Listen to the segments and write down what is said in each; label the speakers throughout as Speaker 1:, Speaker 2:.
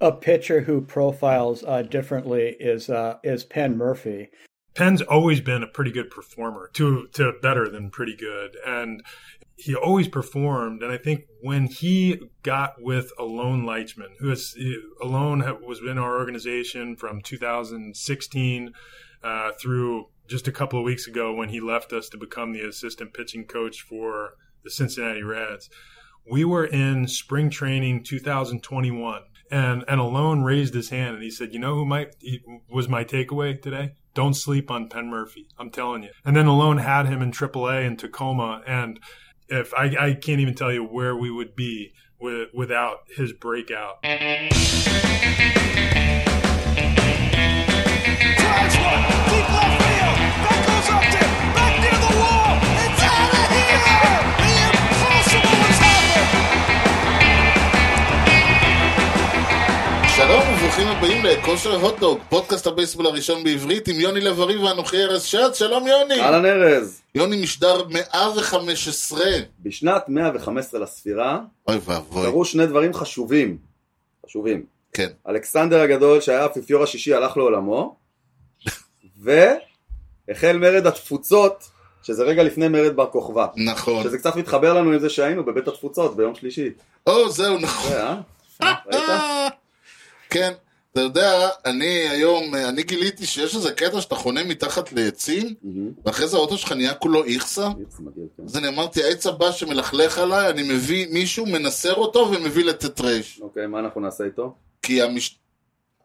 Speaker 1: a pitcher who profiles uh, differently is uh, is Penn Murphy.
Speaker 2: Penn's always been a pretty good performer, to to better than pretty good, and he always performed. And I think when he got with Alone Leichman, who is Alone was in our organization from 2016 uh, through just a couple of weeks ago when he left us to become the assistant pitching coach for the Cincinnati Reds. We were in spring training 2021 and and alone raised his hand and he said, "You know who might was my takeaway today? Don't sleep on Penn Murphy. I'm telling you." And then alone had him in AAA in Tacoma, and if I, I can't even tell you where we would be with, without his breakout.
Speaker 3: שלום וברוכים הבאים לכושר הוטדוג, פודקאסט הבייסבול הראשון בעברית עם יוני לב-ארי ואנוכי ארז שץ, שלום יוני!
Speaker 4: אהלן ארז,
Speaker 3: יוני משדר 115.
Speaker 4: בשנת 115 לספירה
Speaker 3: אוי ואבוי,
Speaker 4: קרו שני דברים חשובים, חשובים.
Speaker 3: כן.
Speaker 4: אלכסנדר הגדול שהיה האפיפיור השישי הלך לעולמו, והחל מרד התפוצות, שזה רגע לפני מרד בר כוכבא.
Speaker 3: נכון.
Speaker 4: שזה קצת מתחבר לנו עם זה שהיינו בבית התפוצות ביום שלישי.
Speaker 3: או, זהו, נכון.
Speaker 4: זה, אה? ראית?
Speaker 3: כן, אתה יודע, אני היום, אני גיליתי שיש איזה קטע שאתה חונה מתחת לעצים,
Speaker 4: מהמם.
Speaker 3: ואחרי זה האוטו שלך נהיה כולו איכסה.
Speaker 4: איץ מגעיל, כן.
Speaker 3: אז אני אמרתי, העץ הבא שמלכלך עליי, אני מביא מישהו, מנסר אותו ומביא לט"ט ר'.
Speaker 4: אוקיי, מה אנחנו נעשה איתו?
Speaker 3: כי המש...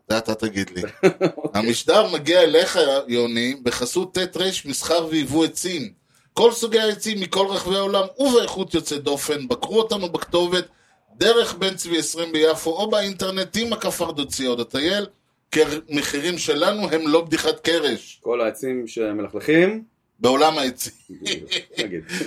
Speaker 3: זה אתה תגיד לי.
Speaker 4: אוקיי.
Speaker 3: המשדר מגיע אליך, יוני, בחסות ט"ר מסחר ויבוא עצים. כל סוגי העצים מכל רחבי העולם ובאיכות יוצאת דופן, בקרו אותנו בכתובת דרך בן צבי 20 ביפו או באינטרנט עם הכפר דוציוד הטייל, כי המחירים שלנו הם לא בדיחת קרש.
Speaker 4: כל העצים שמלכלכים,
Speaker 3: בעולם העצים.
Speaker 4: נגיד.
Speaker 3: כן,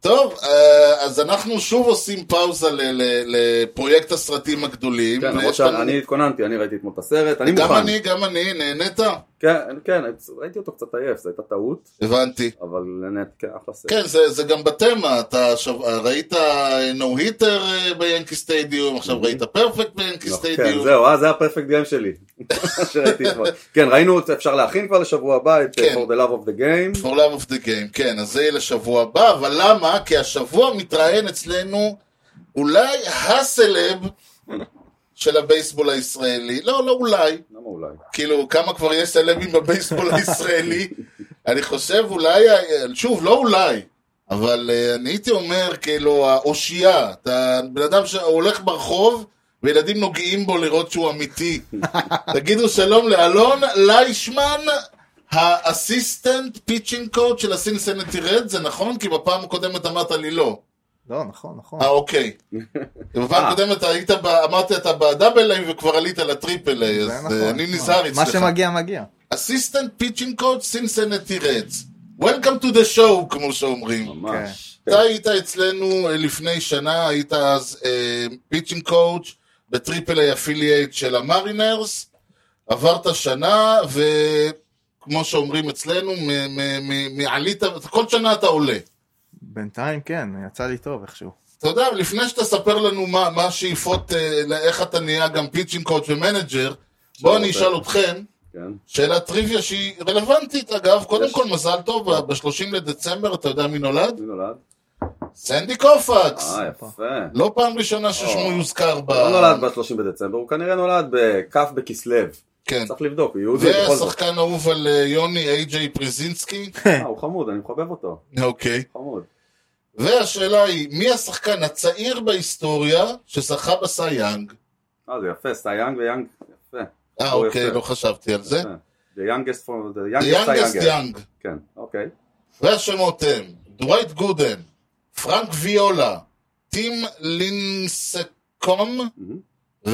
Speaker 3: טוב, אה, אז אנחנו שוב עושים פאוזה ל- ל- לפרויקט הסרטים הגדולים.
Speaker 4: כן, למרות
Speaker 3: ויש לנו-
Speaker 4: שאני התכוננתי, אני ראיתי אתמול את הסרט, אני
Speaker 3: גם
Speaker 4: מוכן.
Speaker 3: אני, גם אני, נהנית?
Speaker 4: כן, כן, ראיתי אותו קצת עייף, זו הייתה טעות,
Speaker 3: הבנתי.
Speaker 4: אבל נהנית, כן, אחלה סרט.
Speaker 3: כן, זה, זה גם בתמה, אתה שב, ראית אה, נו היטר אה, ביאנקי סטיידיום, עכשיו ראית פרפקט ביאנקי
Speaker 4: לא,
Speaker 3: סטיידיום.
Speaker 4: כן, זהו, אה, זה הפרפקט גיים שלי. מה שראיתי אתמול. כן, ראינו, את- אפשר להכין כבר לשבוע הבא את
Speaker 3: כן. נכון.
Speaker 4: For the Love of the Game.
Speaker 3: For love of the game, כן, אז זה יהיה לשבוע הבא, אבל למה? כי השבוע מתראיין אצלנו אולי הסלב של הבייסבול הישראלי, לא, לא אולי,
Speaker 4: למה אולי?
Speaker 3: כאילו כמה כבר יש סלבים בבייסבול הישראלי, אני חושב אולי, ה- שוב, לא אולי, אבל אה, אני הייתי אומר כאילו האושייה, אתה בן אדם שהולך ברחוב וילדים נוגעים בו לראות שהוא אמיתי. תגידו שלום לאלון ליישמן, האסיסטנט פיצ'ינג קוד של הסינסנטי רד, זה נכון? כי בפעם הקודמת אמרת לי לא.
Speaker 5: לא, נכון, נכון.
Speaker 3: אה, אוקיי. בפעם
Speaker 4: אה.
Speaker 3: הקודמת היית, ב- אמרתי אתה בדאבל איי וכבר עלית לטריפל איי, אז
Speaker 5: זה
Speaker 3: אה,
Speaker 5: נכון.
Speaker 3: אני נזהר
Speaker 5: מה
Speaker 3: אצלך.
Speaker 5: שמגיע, מגיע.
Speaker 3: אסיסטנט פיצ'ינג קוד סינסנטי רדס. Welcome to the show, כמו שאומרים.
Speaker 4: ממש.
Speaker 3: אתה היית אצלנו אה, לפני שנה, היית אז פיצ'ינג קואוץ' בטריפל איי אפילייט של המרינרס, עברת שנה, וכמו שאומרים אצלנו, מ- מ- מ- מעלית, כל שנה אתה עולה.
Speaker 5: בינתיים כן, יצא לי טוב איכשהו.
Speaker 3: אתה יודע, לפני שתספר לנו מה, מה השאיפות, אה, לאיך אתה נהיה גם פיצ'ינג קואוץ' ומנג'ר, בואו אני אשאל אתכם,
Speaker 4: כן.
Speaker 3: שאלת טריוויה שהיא רלוונטית אגב, קודם
Speaker 4: יש.
Speaker 3: כל מזל טוב, ב-30 לדצמבר אתה יודע מי נולד?
Speaker 4: מי נולד?
Speaker 3: סנדי קופקס!
Speaker 4: אה, יפה.
Speaker 3: לא פעם ראשונה ששמו
Speaker 4: אה.
Speaker 3: יוזכר ב...
Speaker 4: הוא לא נולד ב-30 בדצמבר, הוא כנראה נולד בכ' בכסלו.
Speaker 3: כן.
Speaker 4: צריך לבדוק, הוא יהודי בכל זאת.
Speaker 3: ושחקן אהוב על אה, יוני, איי-ג'יי פריזינסקי.
Speaker 4: אה, הוא חמוד, אני מחבב אותו.
Speaker 3: אוקיי.
Speaker 4: חמוד.
Speaker 3: והשאלה היא, מי השחקן הצעיר בהיסטוריה שזכה בסייאנג?
Speaker 4: אה, זה יפה, סטי יאנג ויאנג. יפה.
Speaker 3: אה,
Speaker 4: הוא
Speaker 3: אוקיי,
Speaker 4: יפה.
Speaker 3: לא חשבתי על זה.
Speaker 4: יפה. The youngest from the
Speaker 3: The
Speaker 4: youngest
Speaker 3: youngest
Speaker 4: סטי
Speaker 3: young.
Speaker 4: כן, אוקיי.
Speaker 3: והשמות הם דווייט גודן, פרנק ויולה, טים לינסקום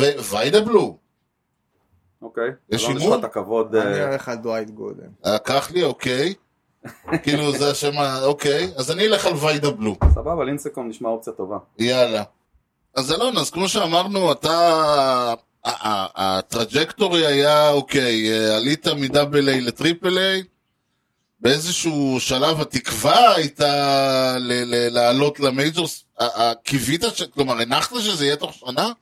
Speaker 4: מהמם.
Speaker 3: וויידה בלו.
Speaker 4: אוקיי.
Speaker 3: יש
Speaker 4: אלון,
Speaker 3: הימור?
Speaker 4: לך את הכבוד.
Speaker 5: אני
Speaker 4: אה,
Speaker 5: הולך על דווייט גודן.
Speaker 3: אה, קח לי, אוקיי. כאילו זה השם ה... אוקיי, אז אני אלך על ויידה בלו.
Speaker 4: סבבה, לינסקום נשמע אופציה טובה.
Speaker 3: יאללה. אז אלון, אז כמו שאמרנו, אתה... ה- ה- הטראג'קטורי היה, אוקיי, אה, עלית מדאבל איי לטריפל איי, באיזשהו שלב התקווה הייתה ל- ל- לעלות למייג'ורס, ה- ה- קיווית, ש- כלומר, הנחת שזה יהיה תוך שנה?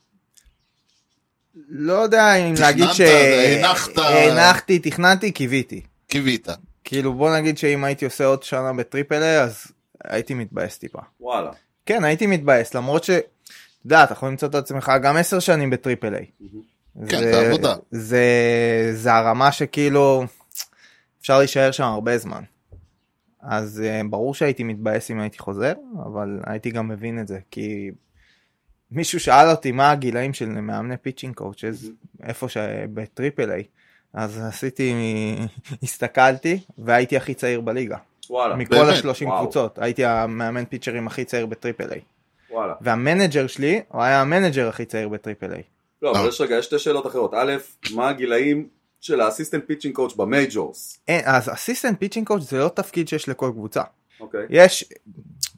Speaker 5: לא יודע אם להגיד ש...
Speaker 3: הנחת.
Speaker 5: הנחתי, תכננתי, קיוויתי.
Speaker 3: קיווית.
Speaker 5: כאילו בוא נגיד שאם הייתי עושה עוד שנה בטריפל איי אז הייתי מתבאס טיפה.
Speaker 4: וואלה.
Speaker 5: כן הייתי מתבאס למרות ש... אתה יודע אתה יכול למצוא את עצמך גם 10 שנים בטריפל איי.
Speaker 3: כן, זה עבודה.
Speaker 5: זה, זה הרמה שכאילו אפשר להישאר שם הרבה זמן. אז אה, ברור שהייתי מתבאס אם הייתי חוזר אבל הייתי גם מבין את זה כי מישהו שאל אותי מה הגילאים של מאמני פיצ'ינג קואוצ'ז איפה שבטריפל איי. אז עשיתי, הסתכלתי והייתי הכי צעיר בליגה.
Speaker 4: וואלה.
Speaker 5: מכל
Speaker 3: באמת?
Speaker 5: השלושים
Speaker 4: וואו.
Speaker 5: קבוצות הייתי המאמן פיצ'רים הכי צעיר בטריפל איי
Speaker 4: וואלה.
Speaker 5: והמנג'ר שלי הוא היה המנג'ר הכי צעיר בטריפל איי.
Speaker 4: לא, אבל
Speaker 3: אה.
Speaker 4: יש רגע, יש שתי שאלות אחרות. א', מה הגילאים של האסיסטנט פיצ'ינג קואוץ' במייג'ורס?
Speaker 5: אין, אה, אז אסיסטנט פיצ'ינג קואוץ' זה לא תפקיד שיש לכל קבוצה
Speaker 4: אוקיי.
Speaker 5: יש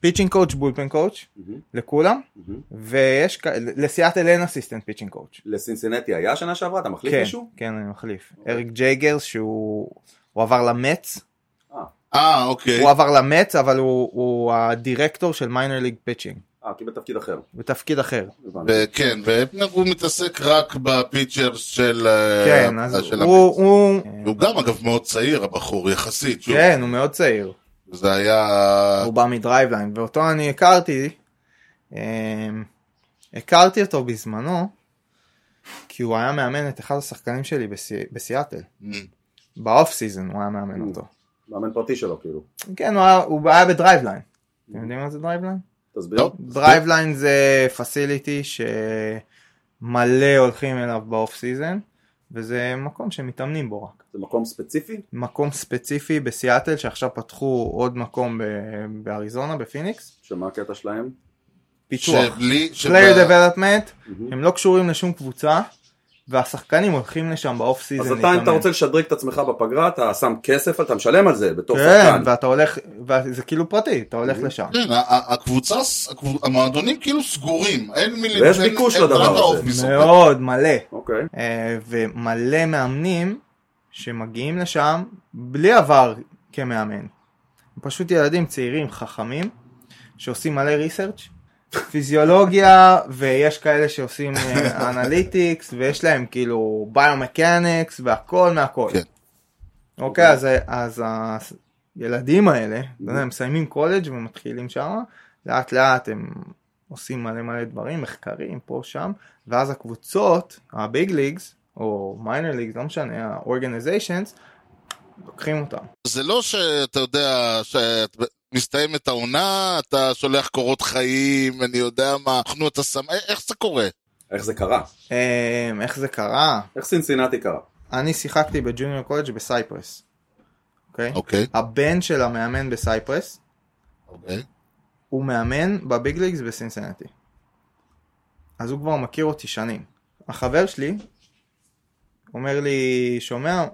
Speaker 5: פיצ'ינג קואוץ' בולפן קואוץ'
Speaker 4: מהמם,
Speaker 5: לכולם
Speaker 4: מהמם.
Speaker 5: ויש כ- לסיאטל אין אסיסטנט פיצ'ינג קואוץ'.
Speaker 4: לסינסינטי היה שנה שעברה? אתה מחליף
Speaker 5: כן,
Speaker 4: מישהו?
Speaker 5: כן אני מחליף אריק ג'ייגרס שהוא הוא עבר למץ
Speaker 3: אה, אוקיי.
Speaker 5: הוא עבר למץ אבל הוא, הוא הדירקטור של מיינר ליג פיצ'ינג
Speaker 4: אה, קיבל תפקיד אחר.
Speaker 5: בתפקיד אחר.
Speaker 4: הבנתי.
Speaker 3: וכן, והפנר כן, הוא מתעסק רק בפיצ'רס של... אה,
Speaker 5: כן אז
Speaker 3: של
Speaker 5: הוא, הוא,
Speaker 3: הוא גם אגב מאוד צעיר הבחור יחסית, שוב,
Speaker 5: כן הוא מאוד צעיר.
Speaker 3: זה היה,
Speaker 5: הוא בא מדרייבליין ואותו אני הכרתי אמ, הכרתי אותו בזמנו כי הוא היה מאמן את אחד השחקנים שלי בסי- בסיאטל באוף סיזון הוא היה מאמן אותו
Speaker 4: מאמן פרטי שלו, כאילו.
Speaker 5: כן הוא היה, הוא היה בדרייבליין אתם יודעים מה זה דרייבליין?
Speaker 4: תסביר.
Speaker 3: טוב.
Speaker 5: דרייבליין זה פסיליטי שמלא הולכים אליו באוף סיזון וזה מקום שמתאמנים בו רק
Speaker 4: זה מקום ספציפי?
Speaker 5: מקום ספציפי בסיאטל שעכשיו פתחו עוד מקום ב- באריזונה בפיניקס
Speaker 4: שמה הקטע שלהם?
Speaker 5: פיתוח
Speaker 3: שלי, שבה-
Speaker 5: פלייר דבלפמנט
Speaker 4: מהמם.
Speaker 5: הם לא קשורים לשום קבוצה והשחקנים הולכים לשם באוף
Speaker 4: אז
Speaker 5: סיזן
Speaker 4: אתה, אם אתה רוצה לשדרג את עצמך בפגרה, אתה שם כסף, אתה משלם על זה, בתור
Speaker 5: כן
Speaker 4: שחקן.
Speaker 5: ואתה הולך וזה כאילו פרטי אתה הולך לשם
Speaker 3: כן, ה- ה- הקבוצה, ס- הקבוצ- המועדונים כאילו סגורים, אין מי...
Speaker 4: ויש
Speaker 3: אין-
Speaker 4: ביקוש
Speaker 3: אין-
Speaker 4: לדבר
Speaker 3: רק
Speaker 4: הזה.
Speaker 3: האופיס עובד.
Speaker 5: מאוד מלא
Speaker 4: אוקיי.
Speaker 5: אה, ומלא מאמנים שמגיעים לשם בלי עבר כמאמן הם פשוט ילדים צעירים חכמים שעושים מלא ריסרצ' פיזיולוגיה ויש כאלה שעושים אה, אנליטיקס ויש להם כאילו ביומקניקס והכל מהכל.
Speaker 3: כן.
Speaker 5: אוקיי אז, אז הילדים האלה אתה יודע, הם מסיימים קולג' ומתחילים שם לאט לאט הם עושים מלא מלא דברים מחקרים פה שם ואז הקבוצות הביג ליגס או מיינר ליגס לא משנה ה-organizations לוקחים אותם.
Speaker 3: זה לא שאתה יודע, שמסתיימת העונה, אתה שולח קורות חיים, אני יודע מה, אנחנו אתה שם, א- איך זה קורה?
Speaker 4: איך זה קרה?
Speaker 5: אה, איך זה קרה?
Speaker 4: איך סינסינטי קרה?
Speaker 5: אני שיחקתי בג'וניור קולג' בסייפרס. אוקיי?
Speaker 3: אוקיי,
Speaker 5: הבן של המאמן בסייפרס
Speaker 3: אוקיי.
Speaker 5: הוא מאמן בביג ליגס בסינסנטי. אז הוא כבר מכיר אותי שנים. החבר שלי אומר לי, שומע,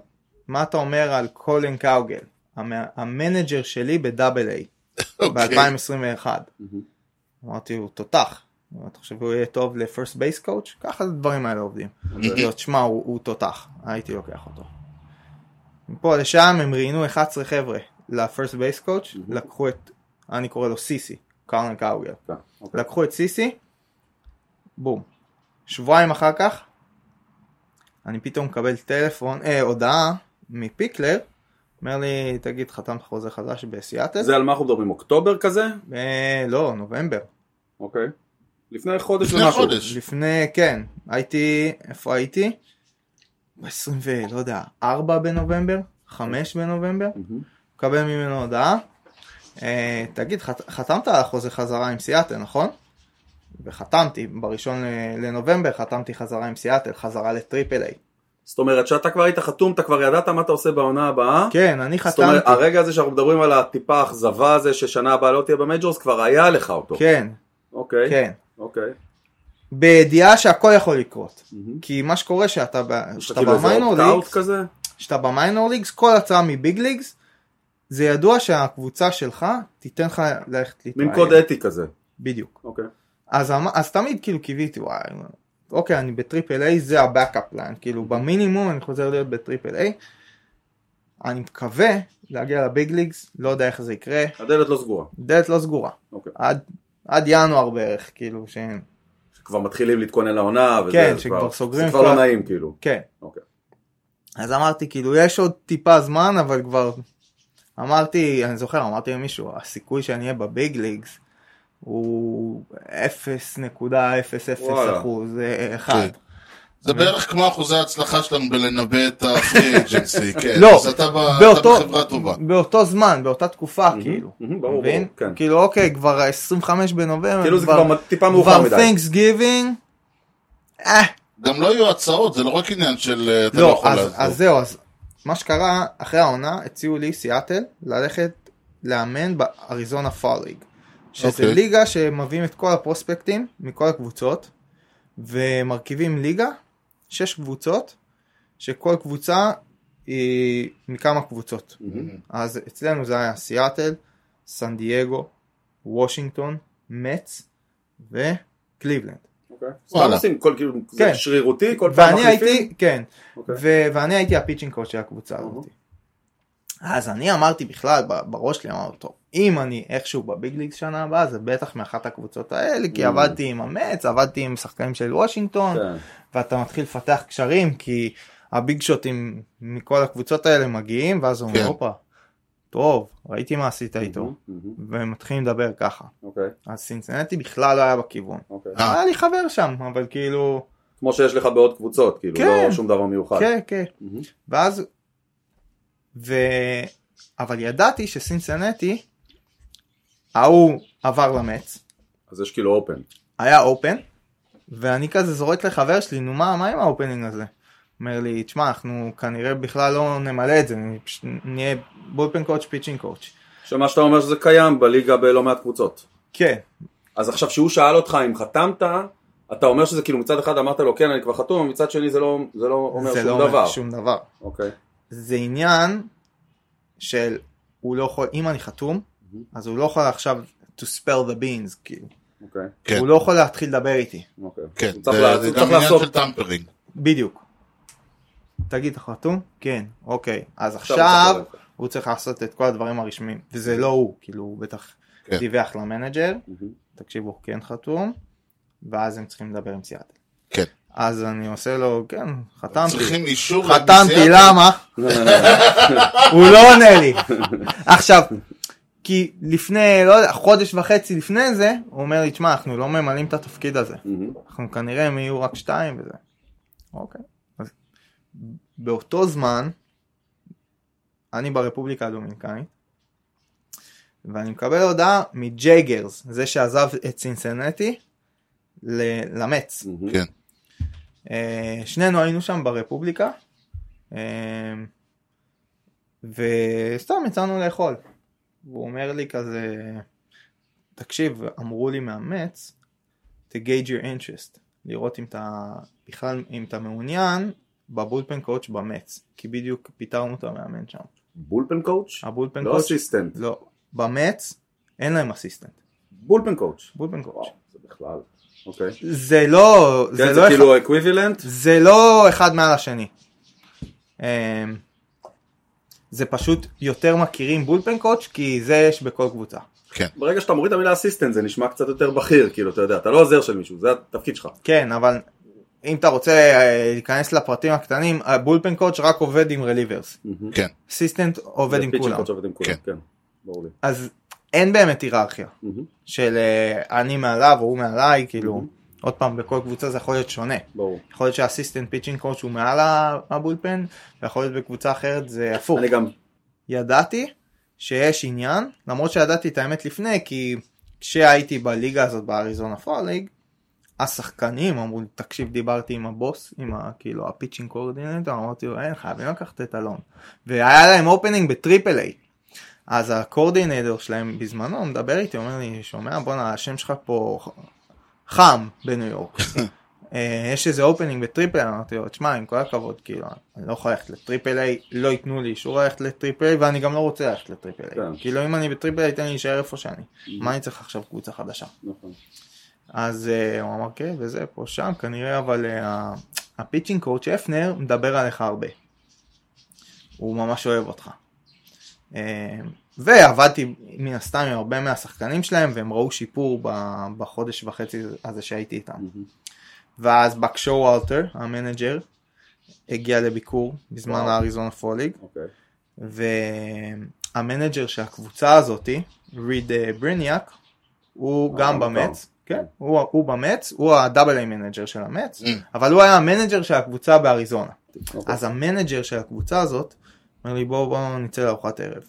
Speaker 5: מה אתה אומר על קולין קאוגל, המ- המנג'ר שלי בדאבל איי,
Speaker 3: אוקיי.
Speaker 5: ב-2021.
Speaker 4: מהמם.
Speaker 5: אמרתי, הוא תותח. אתה חושב הוא יהיה טוב לפרסט בייס קואוץ'? ככה הדברים האלה עובדים.
Speaker 3: אוקיי.
Speaker 5: לא, תשמע, הוא, הוא תותח, הייתי לוקח אותו. מפה לשם הם ראיינו 11 חבר'ה לפרסט בייס קואוץ', לקחו את, אני קורא לו סיסי, קרלן קאוגר.
Speaker 4: כן, אוקיי.
Speaker 5: לקחו את סיסי, בום. שבועיים אחר כך, אני פתאום מקבל טלפון, אה, הודעה מפיקלר, אומר לי, תגיד, חתמת חוזה חדש בסיאטל?
Speaker 4: זה על מה אנחנו מדברים? אוקטובר כזה?
Speaker 5: אה, לא, נובמבר.
Speaker 4: אוקיי. לפני חודש
Speaker 3: לפני
Speaker 4: ומשהו.
Speaker 3: חודש.
Speaker 5: לפני, כן, הייתי, איפה הייתי? ב-20 ו... לא יודע, 4 בנובמבר? 5 בנובמבר?
Speaker 4: מהמם.
Speaker 5: מקבל ממנו הודעה. אה, תגיד, חת, חתמת על החוזה חזרה עם סיאטל, נכון? וחתמתי, בראשון ל- לנובמבר חתמתי חזרה עם סיאטל, חזרה לטריפל איי.
Speaker 4: זאת אומרת שאתה כבר היית חתום, אתה כבר ידעת מה אתה עושה בעונה הבאה?
Speaker 5: כן, אני
Speaker 4: זאת אומרת,
Speaker 5: חתמתי.
Speaker 4: הרגע הזה שאנחנו מדברים על הטיפה האכזבה הזה ששנה הבאה לא תהיה במייג'ורס, כבר היה לך אותו.
Speaker 5: כן,
Speaker 4: אוקיי.
Speaker 5: כן.
Speaker 4: אוקיי.
Speaker 5: בידיעה שהכל יכול לקרות.
Speaker 4: מהמם.
Speaker 5: כי מה שקורה שאתה ב-
Speaker 4: יש לך
Speaker 5: שאתה
Speaker 4: כאילו איזה
Speaker 5: במיינור
Speaker 4: אופט-אאוט
Speaker 5: ליגס,
Speaker 4: כזה?
Speaker 5: כשאתה במיינור ליגס, כל הצעה מביג ליגס, זה ידוע שהקבוצה שלך תיתן לך ללכת להתראיין.
Speaker 4: מין קוד אתי כזה.
Speaker 5: בדיוק.
Speaker 4: אוקיי.
Speaker 5: אז, אמ- אז תמיד כאילו קיוויתי, וואי, אוקיי, אני בטריפל איי, זה הבאקאפ ליין, כאילו במינימום אני חוזר להיות בטריפל איי. אני מקווה להגיע לביג ליגס, לא יודע איך זה יקרה,
Speaker 4: הדלת לא סגורה.
Speaker 5: דלת לא סגורה.
Speaker 4: אוקיי.
Speaker 5: עד, עד ינואר בערך, כאילו, ש...
Speaker 4: כבר מתחילים להתכונן לעונה, וזה
Speaker 5: כן,
Speaker 4: זה
Speaker 5: שכבר סוגרים
Speaker 4: זה כבר לא
Speaker 5: כבר.
Speaker 4: נעים כאילו.
Speaker 5: כן.
Speaker 4: אוקיי.
Speaker 5: אז אמרתי, כאילו, יש עוד טיפה זמן, אבל כבר... אמרתי, אני זוכר, אמרתי למישהו, הסיכוי שאני אהיה בביג ליגס הוא 0.001
Speaker 4: וואלה.
Speaker 5: אחוז, אה,
Speaker 3: כן.
Speaker 5: אחד.
Speaker 3: זה בערך כמו אחוזי ההצלחה שלנו בלנבא את הפרי אג'נסי, כן.
Speaker 5: לא,
Speaker 3: אז אתה ב- אתה
Speaker 5: באותו-
Speaker 3: בחברה טובה.
Speaker 5: באותו זמן, באותה תקופה, כאילו.
Speaker 4: מהמם, ברור,
Speaker 5: אתה מבין?
Speaker 4: ברור, כן.
Speaker 5: כאילו, אוקיי, כבר 25 בנובמבר.
Speaker 4: כאילו זה כבר טיפה מאוחר
Speaker 5: כבר
Speaker 4: מדי.
Speaker 5: thanks giving. אה,
Speaker 3: גם לא יהיו הצעות, זה לא רק עניין של אה, אתה לא
Speaker 5: לא,
Speaker 3: יכול
Speaker 5: אז-
Speaker 3: לעזור.
Speaker 5: אז זהו, אז מה שקרה, אחרי העונה הציעו לי סיאטל ללכת לאמן באריזונה פאריג. שזה
Speaker 3: אוקיי.
Speaker 5: ליגה שמביאים את כל הפרוספקטים מכל הקבוצות, ומרכיבים ליגה, שש קבוצות, שכל קבוצה היא מכמה קבוצות.
Speaker 4: מהמם.
Speaker 5: אז אצלנו זה היה סיאטל, סן דייגו, וושינגטון, מצ וקליבלנד.
Speaker 4: אוקיי. סתם
Speaker 3: וואלה.
Speaker 4: עושים כל כאילו, זה
Speaker 5: כן.
Speaker 4: שרירותי, כל פעם
Speaker 5: ואני
Speaker 4: מחליפים.
Speaker 5: הייתי, כן,
Speaker 4: אוקיי.
Speaker 5: ו- ואני הייתי הפיצ'ינג קוד של הקבוצה
Speaker 4: אהה.
Speaker 5: הזאת. אז אני אמרתי בכלל, ב- בראש שלי אמרתי טוב, אם אני איכשהו בביג ליג שנה הבאה, זה בטח מאחת הקבוצות האלה, כי
Speaker 4: Mm.
Speaker 5: עבדתי עם המץ, עבדתי עם שחקנים של וושינגטון,
Speaker 4: כן.
Speaker 5: ואתה מתחיל לפתח קשרים, כי הביג שוטים מכל הקבוצות האלה מגיעים, ואז אומרים,
Speaker 3: כן.
Speaker 5: הופה, טוב, ראיתי מה עשית איתו,
Speaker 4: מהמם, מהמם.
Speaker 5: והם מתחילים לדבר ככה.
Speaker 4: אוקיי,
Speaker 5: אז סינסנטי בכלל לא היה בכיוון.
Speaker 4: אוקיי.
Speaker 3: אה.
Speaker 5: היה לי חבר שם, אבל כאילו...
Speaker 4: כמו שיש לך בעוד קבוצות, כאילו,
Speaker 5: כן.
Speaker 4: לא שום דבר מיוחד.
Speaker 5: כן, כן.
Speaker 4: מהמם.
Speaker 5: ואז... ו... אבל ידעתי שסינסנטי, ההוא עבר למץ,
Speaker 4: אז יש כאילו אופן.
Speaker 5: היה אופן, ואני כזה זורק לחבר שלי, נו מה, מה עם האופנינג הזה? אומר לי, תשמע, אנחנו כנראה בכלל לא נמלא את זה, נ- פש- נהיה בולפן קואוצ' פיצ'ינג קואוצ'.
Speaker 4: שמה שאתה אומר שזה קיים בליגה בלא מעט קבוצות.
Speaker 5: כן,
Speaker 4: אז עכשיו שהוא שאל אותך אם חתמת, אתה אומר שזה כאילו מצד אחד אמרת לו כן אני כבר חתום, מצד שני זה לא, זה לא אומר
Speaker 5: זה
Speaker 4: שום
Speaker 5: לא
Speaker 4: דבר.
Speaker 5: אומר שום דבר.
Speaker 4: אוקיי.
Speaker 5: זה עניין של הוא לא יכול, אם אני חתום,
Speaker 4: Mhm.
Speaker 5: אז הוא לא יכול עכשיו to spell the beans, כאילו.
Speaker 4: אוקיי,
Speaker 3: כן.
Speaker 5: הוא לא יכול להתחיל לדבר איתי.
Speaker 4: אוקיי.
Speaker 3: כן,
Speaker 4: הוא צריך, לה,
Speaker 3: זה-
Speaker 4: הוא
Speaker 3: זה
Speaker 4: צריך
Speaker 3: גם עניין
Speaker 4: לעשות,
Speaker 3: של טמפרינג.
Speaker 5: בדיוק. תגיד, אתה חתום? כן, אוקיי. אז
Speaker 4: הוא צריך
Speaker 5: עכשיו
Speaker 4: לעשות.
Speaker 5: הוא צריך לעשות את כל הדברים הרשמיים, וזה לא הוא, כאילו הוא בטח
Speaker 3: כן.
Speaker 5: דיווח למנג'ר,
Speaker 4: מהמם.
Speaker 5: תקשיבו, הוא כן חתום, ואז הם צריכים לדבר עם סיאטל.
Speaker 3: כן.
Speaker 5: אז אני עושה לו, כן, חתמתי,
Speaker 3: צריכים אישור.
Speaker 5: חתמתי, לא.
Speaker 3: לנסיעה.
Speaker 5: למה? הוא לא עונה לי. עכשיו, כי לפני, לא יודע, חודש וחצי לפני זה, הוא אומר לי, תשמע, אנחנו לא ממלאים את התפקיד הזה.
Speaker 4: מהמם.
Speaker 5: אנחנו כנראה הם יהיו רק שתיים וזה. אוקיי. אז באותו זמן, אני ברפובליקה הדומיניקנית, ואני מקבל הודעה מג'ייגרס, זה שעזב את סינסנטי, ל- למץ.
Speaker 4: מהמם.
Speaker 3: כן.
Speaker 5: אה, שנינו היינו שם ברפובליקה, אה, וסתם יצאנו לאכול. והוא אומר לי כזה, תקשיב, אמרו לי מאמץ, to gauge your interest, לראות אם אתה בכלל, אם אתה מעוניין בבולפן קואוץ' במץ, כי בדיוק פיטרנו את המאמן שם.
Speaker 4: בולפן קואוץ'?
Speaker 5: הבולפן
Speaker 4: לא
Speaker 5: קואוץ',
Speaker 4: אסיסטנט.
Speaker 5: לא, במץ אין להם אסיסטנט,
Speaker 4: בולפן קואוץ'.
Speaker 5: בולפן קואוץ'.
Speaker 4: וואו, זה בכלל. אוקיי.
Speaker 5: זה לא,
Speaker 4: כן,
Speaker 5: זה
Speaker 4: זה
Speaker 5: לא אחד-
Speaker 4: כאילו אקוויבילנט?
Speaker 5: זה לא אחד מעל השני. אמ, זה פשוט יותר מכירים בולפן קואץ' כי זה יש בכל קבוצה.
Speaker 4: ברגע שאתה מוריד את המילה אסיסטנט זה נשמע קצת יותר בכיר, כאילו, אתה יודע, אתה לא עוזר של מישהו, זה התפקיד שלך.
Speaker 5: כן, אבל אם אתה רוצה אה, להיכנס לפרטים הקטנים, הבולפן קואץ' רק עובד עם רליברס.
Speaker 3: כן.
Speaker 5: אסיסטנט עובד עם כולם.
Speaker 4: עובד עם כולם,
Speaker 3: כן.
Speaker 4: כן. ברור לי.
Speaker 5: אז אין באמת היררכיה
Speaker 4: מהמם.
Speaker 5: של אה, אני מעליו או הוא מעליי, כאילו, עוד פעם, בכל קבוצה זה יכול להיות שונה.
Speaker 4: ברור.
Speaker 5: יכול להיות שהאסיסטנט פיצ'ינג קואץ' הוא מעל ה- הבולפן, ויכול להיות בקבוצה אחרת זה הפוך.
Speaker 4: אני גם
Speaker 5: ידעתי שיש עניין, למרות שידעתי את האמת לפני, כי כשהייתי בליגה הזאת באריזונה פרליג, השחקנים אמרו לי, תקשיב, דיברתי עם הבוס, עם ה, כאילו הפיצ'ינג קורדינטור, אמרתי לו, אין, חייבים לקחת את אלון. והיה להם אופנינג בטריפל איי. אז הקורדינטור שלהם בזמנו הוא מדבר איתי, אומר לי, שומע, בואנה, השם שלך פה חם בניו יורק. אה, יש איזה אופנינג בטריפל, אמרתי לו, תשמע, עם כל הכבוד, כאילו, אני לא יכול ללכת לטריפל איי, לא ייתנו לי אישור ללכת לטריפל איי, ואני גם לא רוצה ללכת לטריפל איי.
Speaker 4: כן. Mm-hmm.
Speaker 5: כאילו, אם אני בטריפל איי, תן לי להישאר איפה שאני. מה אני צריך עכשיו קבוצה חדשה?
Speaker 4: נכון.
Speaker 5: אז אה, הוא אמר, כן, וזה, פה, שם, כנראה, אבל אה, ה- הפיצ'ינג קואוצ' הפנר מדבר עליך הרבה. הוא ממש אוהב אותך. אה, ועבדתי מן הסתם עם הרבה מהשחקנים שלהם והם ראו שיפור ב- בחודש וחצי הזה שהייתי איתם.
Speaker 4: Mm-hmm.
Speaker 5: ואז בק וולטר, המנג'ר, הגיע לביקור בזמן
Speaker 4: וואו.
Speaker 5: האריזונה פוליג,
Speaker 4: אוקיי.
Speaker 5: והמנג'ר של הקבוצה הזאתי, ריד אה, בריניאק, הוא
Speaker 4: אה,
Speaker 5: גם
Speaker 4: מוכר.
Speaker 5: במץ, כן, הוא, הוא במץ, הוא הדאבל איי מנג'ר של המץ,
Speaker 3: Mm.
Speaker 5: אבל הוא היה המנג'ר של הקבוצה באריזונה.
Speaker 4: אוקיי.
Speaker 5: אז המנג'ר של הקבוצה הזאת, אומר לי בואו בואו נצא לארוחת ערב.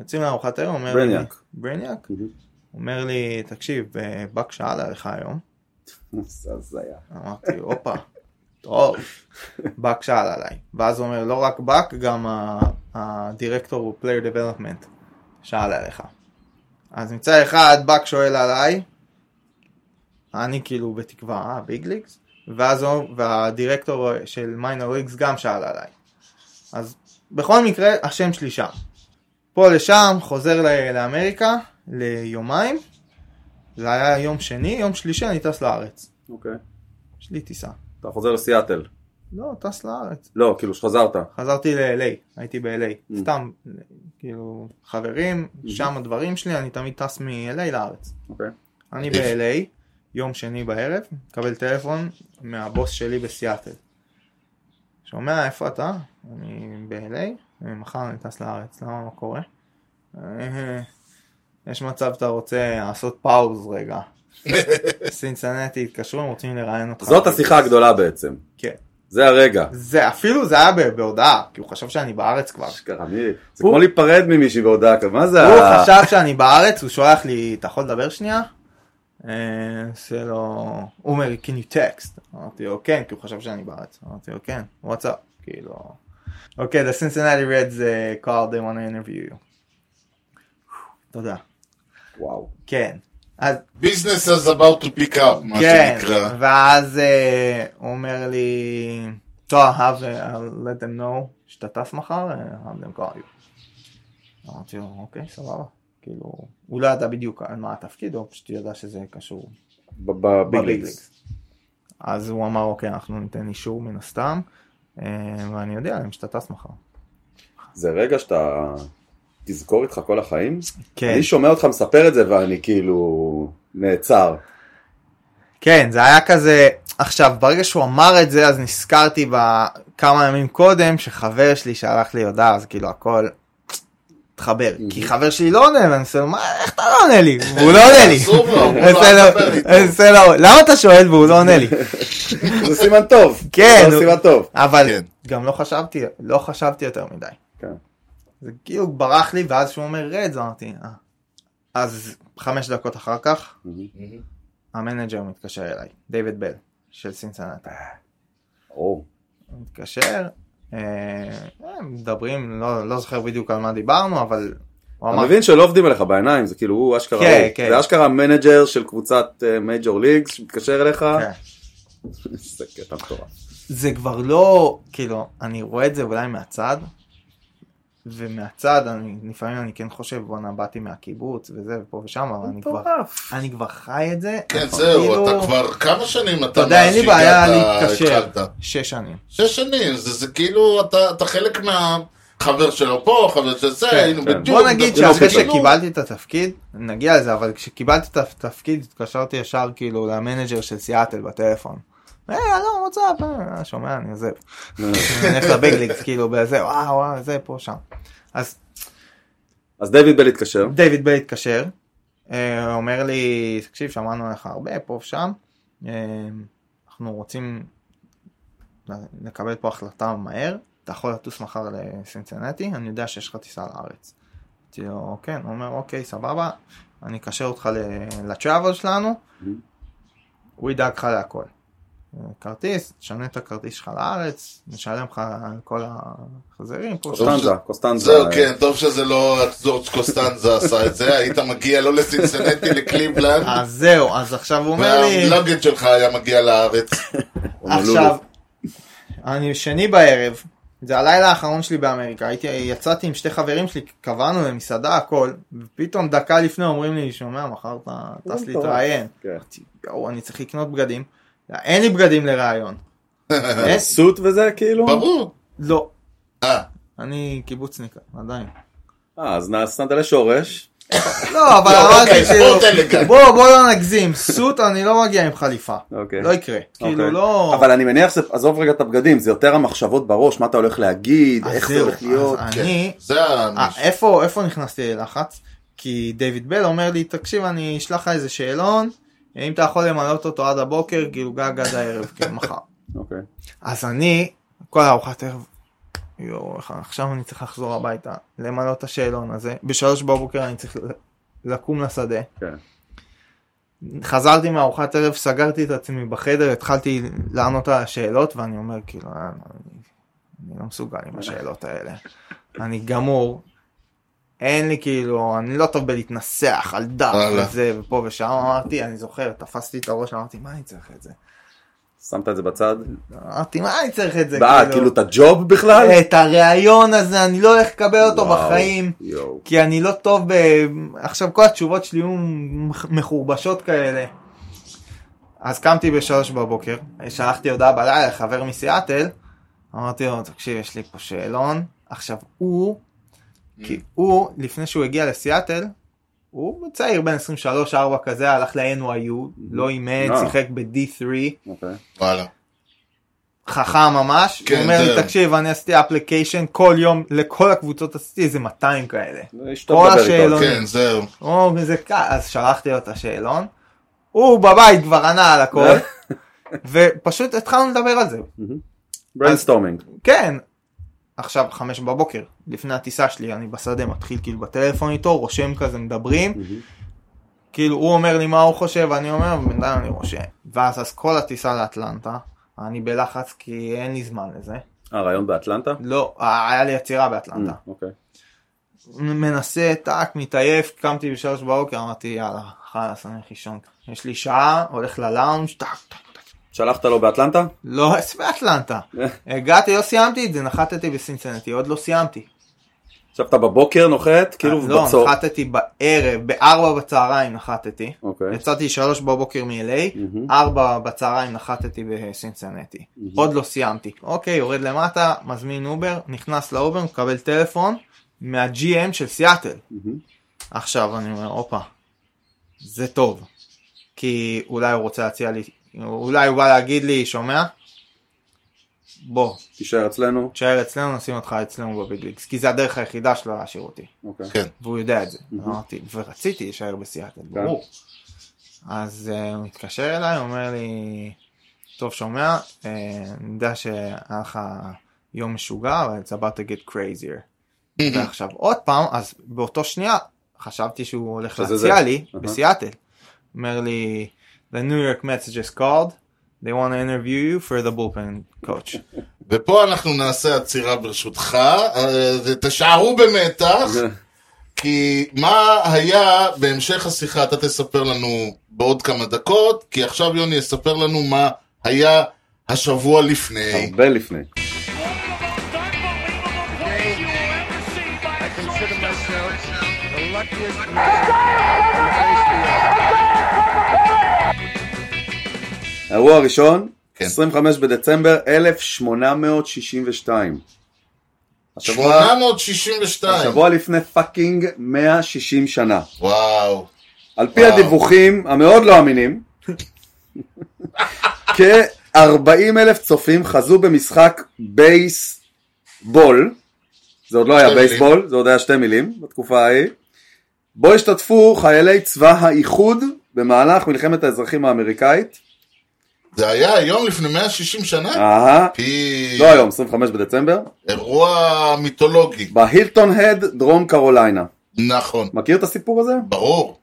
Speaker 5: יוצאים לארוחת ערב, אומר לי,
Speaker 4: ברניאק.
Speaker 5: ברניאק,
Speaker 4: מהמם.
Speaker 5: אומר לי, תקשיב, אה, בק שאל עליך היום,
Speaker 4: זה הזיה.
Speaker 5: אמרתי, הופה, טוב, בק שאל עליי. ואז הוא אומר, לא רק בק, גם ה- הדירקטור הוא פלייר דבלופמנט, שאל עליך. אז מצד אחד, בק שואל עליי, אני כאילו בתקווה, אה, ביג ליגס? ואז הוא, והדירקטור של מיינר ליגס גם שאל עליי. אז בכל מקרה, השם שלי שם. פה לשם, חוזר ל- לאמריקה, ליומיים. זה היה יום שני, יום שלישי אני טס לארץ.
Speaker 4: אוקיי.
Speaker 5: יש לי טיסה.
Speaker 4: אתה חוזר לסיאטל.
Speaker 5: לא, טס לארץ.
Speaker 4: לא, כאילו שחזרת.
Speaker 5: חזרתי ל-LA, הייתי ב-LA.
Speaker 4: Mm. Mm-hmm.
Speaker 5: סתם, כאילו, חברים, שם הדברים שלי, אני תמיד טס מ-LA לארץ.
Speaker 4: אוקיי.
Speaker 5: אני
Speaker 3: עדיף.
Speaker 5: ב-LA, יום שני בערב, מקבל טלפון מהבוס שלי בסיאטל. שומע, איפה אתה? אני ב-LA, מחר אני טס לארץ, למה, מה קורה? "אה, יש מצב שאתה רוצה לעשות פאוז רגע. סינסנטי התקשרו, הם רוצים לראיין אותך.
Speaker 4: זאת השיחה הגדולה בעצם.
Speaker 5: כן.
Speaker 4: זה הרגע.
Speaker 5: זה אפילו זה היה ב- בהודעה, כי הוא חשב שאני בארץ כבר.
Speaker 4: אשכרה, מי- זה
Speaker 5: הוא-
Speaker 4: כמו להיפרד ממישהי בהודעה כזאת. מה זה
Speaker 5: הוא
Speaker 4: ה-
Speaker 5: חשב שאני בארץ, הוא שולח לי, אתה יכול לדבר שנייה? אה, עושה לו, הוא אומר, can you text? אמרתי לו, כן, כי הוא חשב שאני בארץ. אמרתי לו, כן, וואטסאפ, כאילו... אוקיי, the Cincinnati Reds uh, called, they want to interview you. תודה.
Speaker 4: וואו.
Speaker 5: כן. אז
Speaker 3: business is about to pick up, מה
Speaker 5: כן,
Speaker 3: שנקרא.
Speaker 5: ואז אה, הוא אומר לי, טוב, have uh, let them know שאתה טס מחר, אה, have them call you. אמרתי לו, אוקיי, סבבה. כאילו, הוא לא ידע בדיוק על מה התפקיד, הוא פשוט ידע שזה קשור
Speaker 4: ב- בביג
Speaker 5: בביג
Speaker 4: ליגס.
Speaker 5: ליגס. אז הוא אמר, אוקיי, אנחנו ניתן אישור מן הסתם, אה, ואני יודע להם שאתה טס מחר.
Speaker 4: זה רגע שאתה תזכור איתך כל החיים?
Speaker 5: כן,
Speaker 4: אני שומע אותך מספר את זה ואני כאילו נעצר.
Speaker 5: כן, זה היה כזה, עכשיו, ברגע שהוא אמר את זה, אז נזכרתי בכמה ימים קודם, שחבר שלי שלח לי הודעה, אז כאילו הכל התחבר.
Speaker 3: Mhm.
Speaker 5: כי חבר שלי לא עונה, ואני עושה לו, מה, איך אתה לא עונה לי? והוא לא עונה לי.
Speaker 3: אסור לו, הוא לא
Speaker 5: אני עושה לו-
Speaker 3: מדבר איתו.
Speaker 5: אני עושה לו, למה אתה שואל והוא לא עונה לי?
Speaker 4: זה סימן טוב.
Speaker 5: כן,
Speaker 4: זה
Speaker 5: הוא-
Speaker 4: סימן טוב.
Speaker 5: אבל
Speaker 3: כן.
Speaker 5: גם לא חשבתי, לא חשבתי יותר מדי.
Speaker 4: כן.
Speaker 5: זה כאילו ברח לי, ואז כשהוא אומר רד, אז אמרתי, "אה." אז חמש דקות אחר כך,
Speaker 3: Mhm.
Speaker 5: המנג'ר מתקשר אליי, דיוויד בל, של סינסנטי.
Speaker 4: או,
Speaker 5: הוא מתקשר, אה, הם מדברים, לא, לא זוכר בדיוק על מה דיברנו, אבל הוא
Speaker 4: אתה
Speaker 5: אמר,
Speaker 4: מבין שלא עובדים עליך בעיניים, זה כאילו הוא אשכרה,
Speaker 5: כן,
Speaker 4: הוא.
Speaker 5: כן.
Speaker 4: זה אשכרה מנג'ר של קבוצת מייג'ור ליגס שמתקשר אליך.
Speaker 5: כן.
Speaker 4: זה קטע מטורף.
Speaker 5: זה כבר לא, כאילו, אני רואה את זה אולי מהצד, ומהצד, אני, לפעמים אני כן חושב, בואנה, באתי מהקיבוץ, וזה, ופה ושם, אבל אני כבר, אני כבר חי את זה.
Speaker 3: כן,
Speaker 5: אבל
Speaker 3: זהו,
Speaker 5: כאילו,
Speaker 3: אתה כבר כמה שנים
Speaker 5: אתה
Speaker 3: אתה
Speaker 5: יודע, אין
Speaker 3: מאז
Speaker 5: לי בעיה
Speaker 3: שהגעת,
Speaker 5: להתקשר,
Speaker 3: התחלת?
Speaker 5: שש שנים.
Speaker 3: שש שנים, זה זה כאילו, אתה אתה חלק מה... חבר שלו פה, חבר של זה,
Speaker 5: כן,
Speaker 3: היינו
Speaker 4: כן.
Speaker 3: בדיוק.
Speaker 5: בוא נגיד
Speaker 3: מדברים,
Speaker 5: שאחרי
Speaker 3: כאילו,
Speaker 5: שקיבלתי את התפקיד, נגיע לזה, אבל כשקיבלתי את התפקיד התקשרתי ישר כאילו למנג'ר של סיאטל בטלפון. היי, הלו, וואטסאפ, אה, שומע, אני עוזב.
Speaker 3: אה.
Speaker 5: אני הולך לביגליקס, כאילו, בזה, וואו, וואו, זה, פה, שם. אז
Speaker 4: אז דיוויד בל התקשר.
Speaker 5: דיוויד בל התקשר, אה, אומר לי, תקשיב, שמענו עליך הרבה, פה ושם, אה, אנחנו רוצים לקבל פה החלטה מהר, אתה יכול לטוס מחר לסינסנטי, אני יודע שיש לך טיסה לארץ. אמרתי לו, כן, הוא אומר, אוקיי, סבבה, אני אקשר אותך ל- לטראבל שלנו, הוא ידאג לך להכל. אה, כרטיס, תשנה את הכרטיס שלך לארץ, נשלם לך על כל החזרים פה. שם.
Speaker 4: קוסטנזה, קוסטנזה.
Speaker 3: זהו, כן, טוב שזה לא ג'ורג' קוסטנזה עשה את זה, היית מגיע לא לסינסנטי, לקליבלנד,
Speaker 5: אז זהו, אז עכשיו הוא אומר לי...
Speaker 3: והלוגד שלך היה מגיע לארץ.
Speaker 5: עכשיו, אני שני בערב, זה הלילה האחרון שלי באמריקה, הייתי, יצאתי עם שתי חברים שלי, קבענו למסעדה הכל, ופתאום דקה לפני אומרים לי, שומע, מחר אתה טס להתראיין.
Speaker 4: כן.
Speaker 5: אמרתי, "יואו, אני צריך לקנות בגדים, אין לי בגדים לראיון. אין-
Speaker 4: סוט וזה כאילו?
Speaker 3: ברור.
Speaker 5: לא,
Speaker 3: אה,
Speaker 5: אני קיבוצניק, עדיין.
Speaker 4: אה, אז נסעת לשורש.
Speaker 5: לא, אבל
Speaker 3: לא,
Speaker 5: אמרתי
Speaker 3: אוקיי, ספורט
Speaker 5: כאילו,
Speaker 3: אלגנט.
Speaker 5: בוא, בוא לא נגזים, סוט אני לא מגיע עם חליפה.
Speaker 4: אוקיי.
Speaker 5: לא יקרה. כאילו
Speaker 4: אוקיי.
Speaker 5: לא...
Speaker 4: אבל אני מניח שזה, עזוב רגע את הבגדים, זה יותר המחשבות בראש, מה אתה הולך להגיד,
Speaker 5: אז
Speaker 4: איך זה
Speaker 5: זהו,
Speaker 4: הולך להיות.
Speaker 5: אז
Speaker 3: כן.
Speaker 5: אני,
Speaker 3: זה ה...
Speaker 5: אה, איפה איפה נכנסתי ללחץ? כי דיוויד בל אומר לי, תקשיב, אני אשלח לך איזה שאלון, אם אתה יכול למלא אותו עד הבוקר, כאילו גג עד הערב, כאילו מחר.
Speaker 4: אוקיי.
Speaker 5: אז אני, כל הארוחת ערב, יואו, איך- עכשיו אני צריך לחזור הביתה, למלא את השאלון הזה, בשלוש בבוקר אני צריך ל- לקום לשדה.
Speaker 4: כן.
Speaker 5: חזרתי מארוחת ערב, סגרתי את עצמי בחדר, התחלתי לענות על השאלות, ואני אומר, כאילו, "אה, אני, אני לא מסוגל עם השאלות האלה. אני גמור. אין לי כאילו, אני לא טוב בלהתנסח על דף
Speaker 3: וואלה.
Speaker 5: וזה ופה ושם, אמרתי, אני זוכר, תפסתי את הראש, אמרתי, מה אני צריך את זה?
Speaker 4: שמת את זה בצד?
Speaker 5: אמרתי, מה אני צריך את זה?
Speaker 4: אה, כאילו את הג'וב בכלל?
Speaker 5: את הראיון הזה, אני לא הולך לקבל אותו
Speaker 4: וואו,
Speaker 5: בחיים.
Speaker 4: יואו.
Speaker 5: כי אני לא טוב ב... עכשיו כל התשובות שלי היו מח- מחורבשות כאלה. אז קמתי בשלוש בבוקר, שלחתי הודעה בלילה לחבר מסיאטל, אמרתי לו, תקשיב, יש לי פה שאלון. עכשיו הוא,
Speaker 4: Mm.
Speaker 5: כי הוא, לפני שהוא הגיע לסיאטל, הוא צעיר בן 23-4 כזה, הלך ל-NYU, לא אימן,
Speaker 4: אה.
Speaker 5: שיחק ב-D3,
Speaker 4: אוקיי.
Speaker 3: וואלה.
Speaker 5: חכם ממש,
Speaker 3: כן,
Speaker 5: הוא אומר
Speaker 3: זהו.
Speaker 5: לי, תקשיב, אני עשיתי אפליקיישן כל יום, לכל הקבוצות עשיתי איזה 200 כאלה.
Speaker 4: זה אשתו מדבר איתו. אוקיי.
Speaker 5: השאלות.
Speaker 3: כן, זהו.
Speaker 5: או, וזה קל, אז שלחתי לו את השאלון, הוא בבית כבר ענה על הכל, ופשוט התחלנו לדבר על זה.
Speaker 4: בריינסטורמינג.
Speaker 5: כן, עכשיו חמש בבוקר, לפני הטיסה שלי, אני בשדה מתחיל כאילו בטלפון איתו, רושם כזה, מדברים, כאילו הוא אומר לי מה הוא חושב, אני אומר, בינתיים אני רושם. ואז אז כל הטיסה לאטלנטה, אני בלחץ כי אין לי זמן לזה.
Speaker 4: אה, רעיון באטלנטה?
Speaker 5: לא, היה לי עצירה באטלנטה.
Speaker 4: אוקיי.
Speaker 5: מנסה, טאק, מתעייף, קמתי בשלוש בבוקר, אמרתי יאללה, חלאס, אני הולך לישון. יש לי שעה, הולך ללאונג', טאק, טאק.
Speaker 4: שלחת לו באטלנטה?
Speaker 5: לא, אז באטלנטה. הגעתי, לא סיימתי את זה, נחתתי בסינסנטי, עוד לא סיימתי.
Speaker 4: עכשיו אתה בבוקר נוחת, כאילו
Speaker 5: לא,
Speaker 4: בצור.
Speaker 5: נחתתי בערב, בארבע בצהריים נחתתי.
Speaker 4: אוקיי.
Speaker 5: יצאתי שלוש בבוקר מ-LA,
Speaker 4: מהמם.
Speaker 5: ארבע בצהריים נחתתי בסינסנטי. עוד לא סיימתי. אוקיי, יורד למטה, מזמין אובר, נכנס לאובר, מקבל טלפון מה-GM של סיאטל.
Speaker 4: מהמם.
Speaker 5: עכשיו אני אומר, הופה, זה טוב. כי אולי הוא רוצה להציע לי, אולי הוא בא להגיד לי, שומע? בוא,
Speaker 4: תישאר אצלנו?
Speaker 5: תשאר אצלנו, נשים אותך אצלנו בביג ליגס. כי זה הדרך היחידה שלו להשאיר אותי.
Speaker 4: אוקיי.
Speaker 5: והוא יודע את זה.
Speaker 4: Mhm.
Speaker 5: אמרתי, ורציתי להישאר בסיאטל,
Speaker 4: כן.
Speaker 5: ברור. אז אה, הוא מתקשר אליי, הוא אומר לי, טוב, שומע, אה, אני יודע שהיה לך יום משוגע, אבל it's about to get crazier.
Speaker 4: Mhm.
Speaker 5: ועכשיו עוד פעם, אז באותו שנייה חשבתי שהוא הולך
Speaker 4: שזה
Speaker 5: להציע
Speaker 4: זה. Mhm.
Speaker 5: לי
Speaker 4: אהה.
Speaker 5: בסיאטל. אומר לי, the New York message is called, they want to interview you for the bullpen coach.
Speaker 3: ופה אנחנו נעשה עצירה ברשותך, אה, תשארו במתח, כי מה היה בהמשך השיחה, אתה תספר לנו בעוד כמה דקות, כי עכשיו יוני יספר לנו מה היה השבוע
Speaker 5: אוקיי.
Speaker 3: לפני.
Speaker 4: הרבה לפני.
Speaker 6: One of the most unbelievable plays you will ever see by a shortstop.
Speaker 4: האירוע הראשון,
Speaker 3: כן.
Speaker 4: 25 בדצמבר 1862. השבוע,
Speaker 3: 862.
Speaker 4: השבוע לפני פאקינג 160 שנה.
Speaker 3: וואו.
Speaker 4: על פי
Speaker 3: וואו.
Speaker 4: הדיווחים המאוד לא אמינים, כ-40 אלף צופים חזו במשחק בייסבול, זה עוד לא היה
Speaker 3: שתי מילים.
Speaker 4: בייסבול, זה עוד היה שתי מילים בתקופה ההיא, בו השתתפו חיילי צבא האיחוד במהלך מלחמת האזרחים האמריקאית,
Speaker 3: זה היה היום לפני 160 שנה?
Speaker 4: אהה,
Speaker 3: פי...
Speaker 4: אה. לא היום, 25 בדצמבר,
Speaker 3: אירוע מיתולוגי.
Speaker 4: בהילטון הד, דרום קרוליינה.
Speaker 3: נכון.
Speaker 4: מכיר את הסיפור הזה?
Speaker 3: ברור.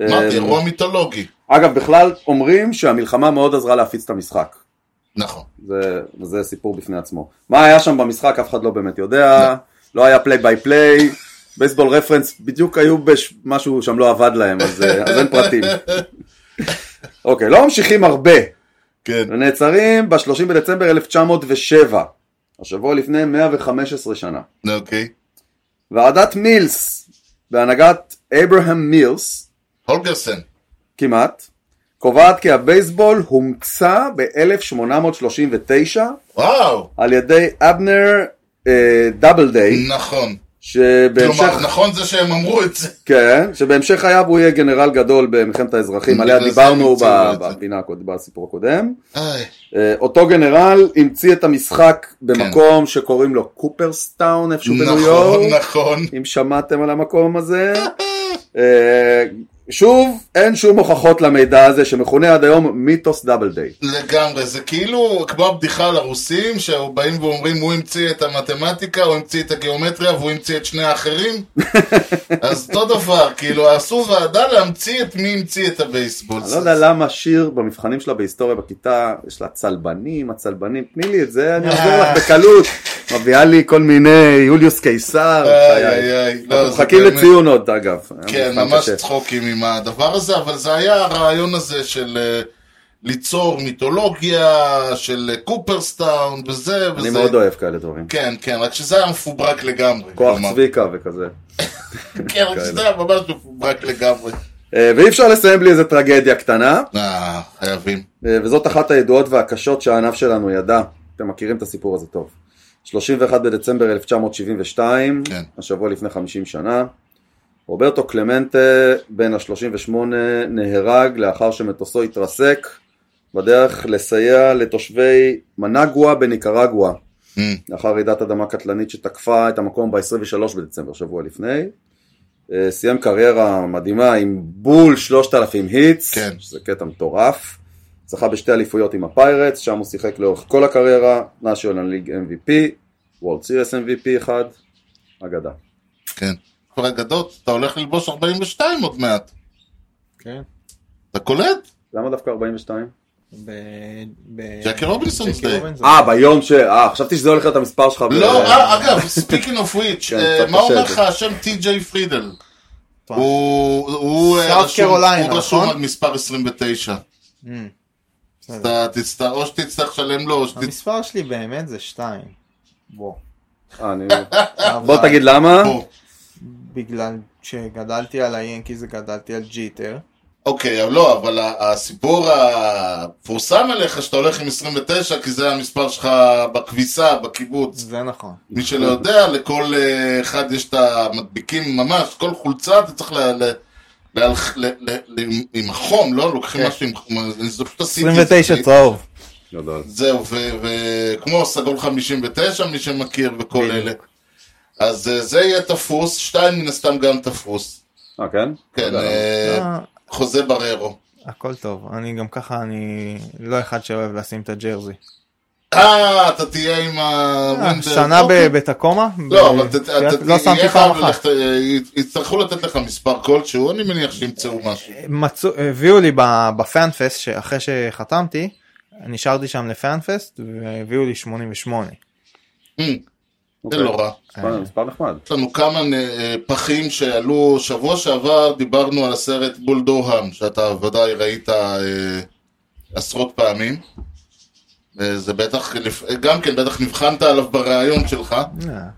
Speaker 4: אה,
Speaker 3: אמרתי, אירוע מיתולוגי.
Speaker 4: אגב, בכלל אומרים שהמלחמה מאוד עזרה להפיץ את המשחק.
Speaker 3: נכון.
Speaker 4: זה, זה סיפור בפני עצמו. מה היה שם במשחק אף אחד לא באמת יודע, לא היה פליי ביי פליי, בייסבול רפרנס בדיוק היו בש... משהו שם לא עבד להם, אז, אה, אז אין פרטים. אוקיי, לא ממשיכים הרבה,
Speaker 3: כן.
Speaker 4: ונעצרים ב-30 בדצמבר 1907, השבוע לפני 115 שנה.
Speaker 3: אוקיי.
Speaker 4: ועדת מילס, בהנהגת אברהם מילס,
Speaker 3: הולגרסן.
Speaker 4: כמעט, קובעת כי הבייסבול הומצא ב-1839
Speaker 3: וואו.
Speaker 4: על ידי אבנר אה, דאבל דיי,
Speaker 3: נכון.
Speaker 4: שבהמשך,
Speaker 3: כלומר, נכון זה שהם אמרו את זה.
Speaker 4: כן, שבהמשך חייו הוא יהיה גנרל גדול במלחמת האזרחים, עליה
Speaker 3: בגלל זה הם
Speaker 4: דיברנו
Speaker 3: המציאו את זה.
Speaker 4: ב- בפינה, הקוד- בסיפור הקודם.
Speaker 3: איי,
Speaker 4: אה, אותו גנרל המציא את המשחק במקום שקוראים לו קופרסטאון, איפשהו בניו
Speaker 3: כן. נכון,
Speaker 4: יורק.
Speaker 3: נכון.
Speaker 4: אם שמעתם על המקום הזה. אה, שוב, אין שום הוכחות למידע הזה שמכונה עד היום מיתוס דאבל דיי.
Speaker 3: לגמרי, זה כאילו כמו הבדיחה על הרוסים, שבאים ואומרים הוא המציא את המתמטיקה, הוא המציא את הגיאומטריה והוא המציא את שני האחרים. אז אותו דבר, כאילו עשו ועדה להמציא את מי המציא את הבייסבול.
Speaker 4: אני לא יודע למה שיר במבחנים שלה בהיסטוריה בכיתה, יש לה צלבנים, הצלבנים, תני לי את זה,
Speaker 3: אה.
Speaker 4: אני אעזור לך בקלות. מביאה לי כל מיני יוליוס קיסר.
Speaker 3: איי
Speaker 4: חיי.
Speaker 3: איי איי. אה, לא,
Speaker 4: אנחנו
Speaker 3: זה
Speaker 4: מחכים
Speaker 3: באמת-
Speaker 4: לציון עוד אגב.
Speaker 3: כן,
Speaker 4: מבחן
Speaker 3: ממש
Speaker 4: קשה.
Speaker 3: צחוקים עם הדבר הזה, אבל זה היה הרעיון הזה של אה, ליצור מיתולוגיה, של אה, קופרסטאון וזה וזה.
Speaker 4: אני מאוד אוהב כאלה דברים.
Speaker 3: כן, כן, רק שזה היה מפוברק לגמרי.
Speaker 4: כוח
Speaker 3: כלומר.
Speaker 4: צביקה וכזה.
Speaker 3: כן, רק שזה היה ממש מפוברק לגמרי.
Speaker 4: אה, ואי אפשר לסיים בלי איזה טרגדיה קטנה.
Speaker 3: אה, חייבים.
Speaker 4: אה, וזאת אחת הידועות והקשות שהענף שלנו ידע. אתם מכירים את הסיפור הזה טוב. 31 בדצמבר 1972,
Speaker 3: כן.
Speaker 4: השבוע לפני 50 שנה, רוברטו קלמנטה, בן ה-38, נהרג לאחר שמטוסו התרסק בדרך לסייע לתושבי מנגואה בניקרגואה,
Speaker 3: Mm.
Speaker 4: לאחר רעידת אדמה קטלנית שתקפה את המקום ב-23 בדצמבר, שבוע לפני. אה, סיים קריירה מדהימה עם בול 3,000 היטס,
Speaker 3: כן.
Speaker 4: שזה קטע מטורף. זכה בשתי אליפויות עם הפיירטס, שם הוא שיחק לאורך כל הקריירה, national league MVP, World Series MVP אחד, אגדה.
Speaker 3: כן. כבר אגדות, אתה הולך ללבוש 42 עוד מעט.
Speaker 5: כן.
Speaker 3: אתה קולט?
Speaker 4: למה דווקא 42?
Speaker 5: ב- ב-
Speaker 3: ג'קי רובינסון
Speaker 5: ג'קי
Speaker 3: זה.
Speaker 5: רובינסון.
Speaker 4: אה, ביום ש... אה, חשבתי שזה הולך להיות המספר שלך. ב-
Speaker 3: לא, אה, אגב, ספיקינג אוף וויץ',
Speaker 4: כן, קצת
Speaker 3: אה, מה אומר
Speaker 4: קשה
Speaker 3: לך
Speaker 4: זה.
Speaker 3: השם טי.ג'יי פרידל?
Speaker 5: טוב.
Speaker 3: הוא הוא, אה,
Speaker 5: סאוף
Speaker 3: רשום-
Speaker 5: קרוליינה,
Speaker 3: הוא רשום על
Speaker 5: נכון?
Speaker 3: מספר 29.
Speaker 5: אמ, בסדר.
Speaker 3: אתה תצטרך, או שתצטרך לשלם לו, או שתצטרך...
Speaker 5: המספר שלי באמת זה שתיים. בוא.
Speaker 4: אה, אני- בוא
Speaker 5: אבל
Speaker 4: תגיד למה.
Speaker 3: אה,
Speaker 5: בגלל שגדלתי על היאנקיז וגדלתי על ג'יטר.
Speaker 3: אוקיי, אבל לא, אבל ה- הסיפור המפורסם עליך שאתה הולך עם 29, כי זה המספר שלך בכביסה, בקיבוץ.
Speaker 5: זה נכון.
Speaker 3: מי שלא יודע, לכל אה, אחד יש את המדביקים ממש, כל חולצה אתה צריך ל... ל... להלח- ל- ל- ל- עם החום, לא? לוקחים
Speaker 5: כן.
Speaker 3: משהו עם חום, זה פשוט עשיתי את זה.
Speaker 5: 29 צהוב.
Speaker 3: אה,
Speaker 4: גדול.
Speaker 3: זהו, וכמו סגול 59, מי שמכיר וכל אלה. אז אה, זה יהיה תפוס, שתיים מן הסתם גם תפוס.
Speaker 4: אה, כן?
Speaker 3: כן,
Speaker 4: תודה.
Speaker 3: אה,
Speaker 5: אה,
Speaker 3: חוזה בררו.
Speaker 5: הכל טוב. אני גם ככה, אני לא אחד שאוהב לשים את הג'רזי.
Speaker 3: אה, אתה תהיה עם
Speaker 5: אה,
Speaker 3: הווינדר.
Speaker 5: שנה
Speaker 3: אוקיי.
Speaker 5: ב- בתקומה?
Speaker 3: לא,
Speaker 5: ב-
Speaker 3: אבל אתה- אתה-
Speaker 5: לא
Speaker 3: יהיה
Speaker 5: שמתי
Speaker 3: חייב
Speaker 5: פעם אחת.
Speaker 3: ללכת, אה, יצטרכו לתת לך מספר כלשהו, אני מניח שימצאו משהו.
Speaker 5: מצאו, הביאו לי ב- בפאנפסט שאחרי שחתמתי נשארתי שם לפאנפסט והביאו לי 88
Speaker 3: אה, זה
Speaker 4: אוקיי.
Speaker 3: לא רע.
Speaker 4: מספר- מספר נחמד.
Speaker 3: יש לנו כמה אה, פחים שעלו, שבוע שעבר דיברנו על הסרט בול דורהם, שאתה ודאי ראית אה, עשרות פעמים. אה, זה בטח, לפ- גם כן, בטח נבחנת עליו בריאיון שלך.
Speaker 5: אה,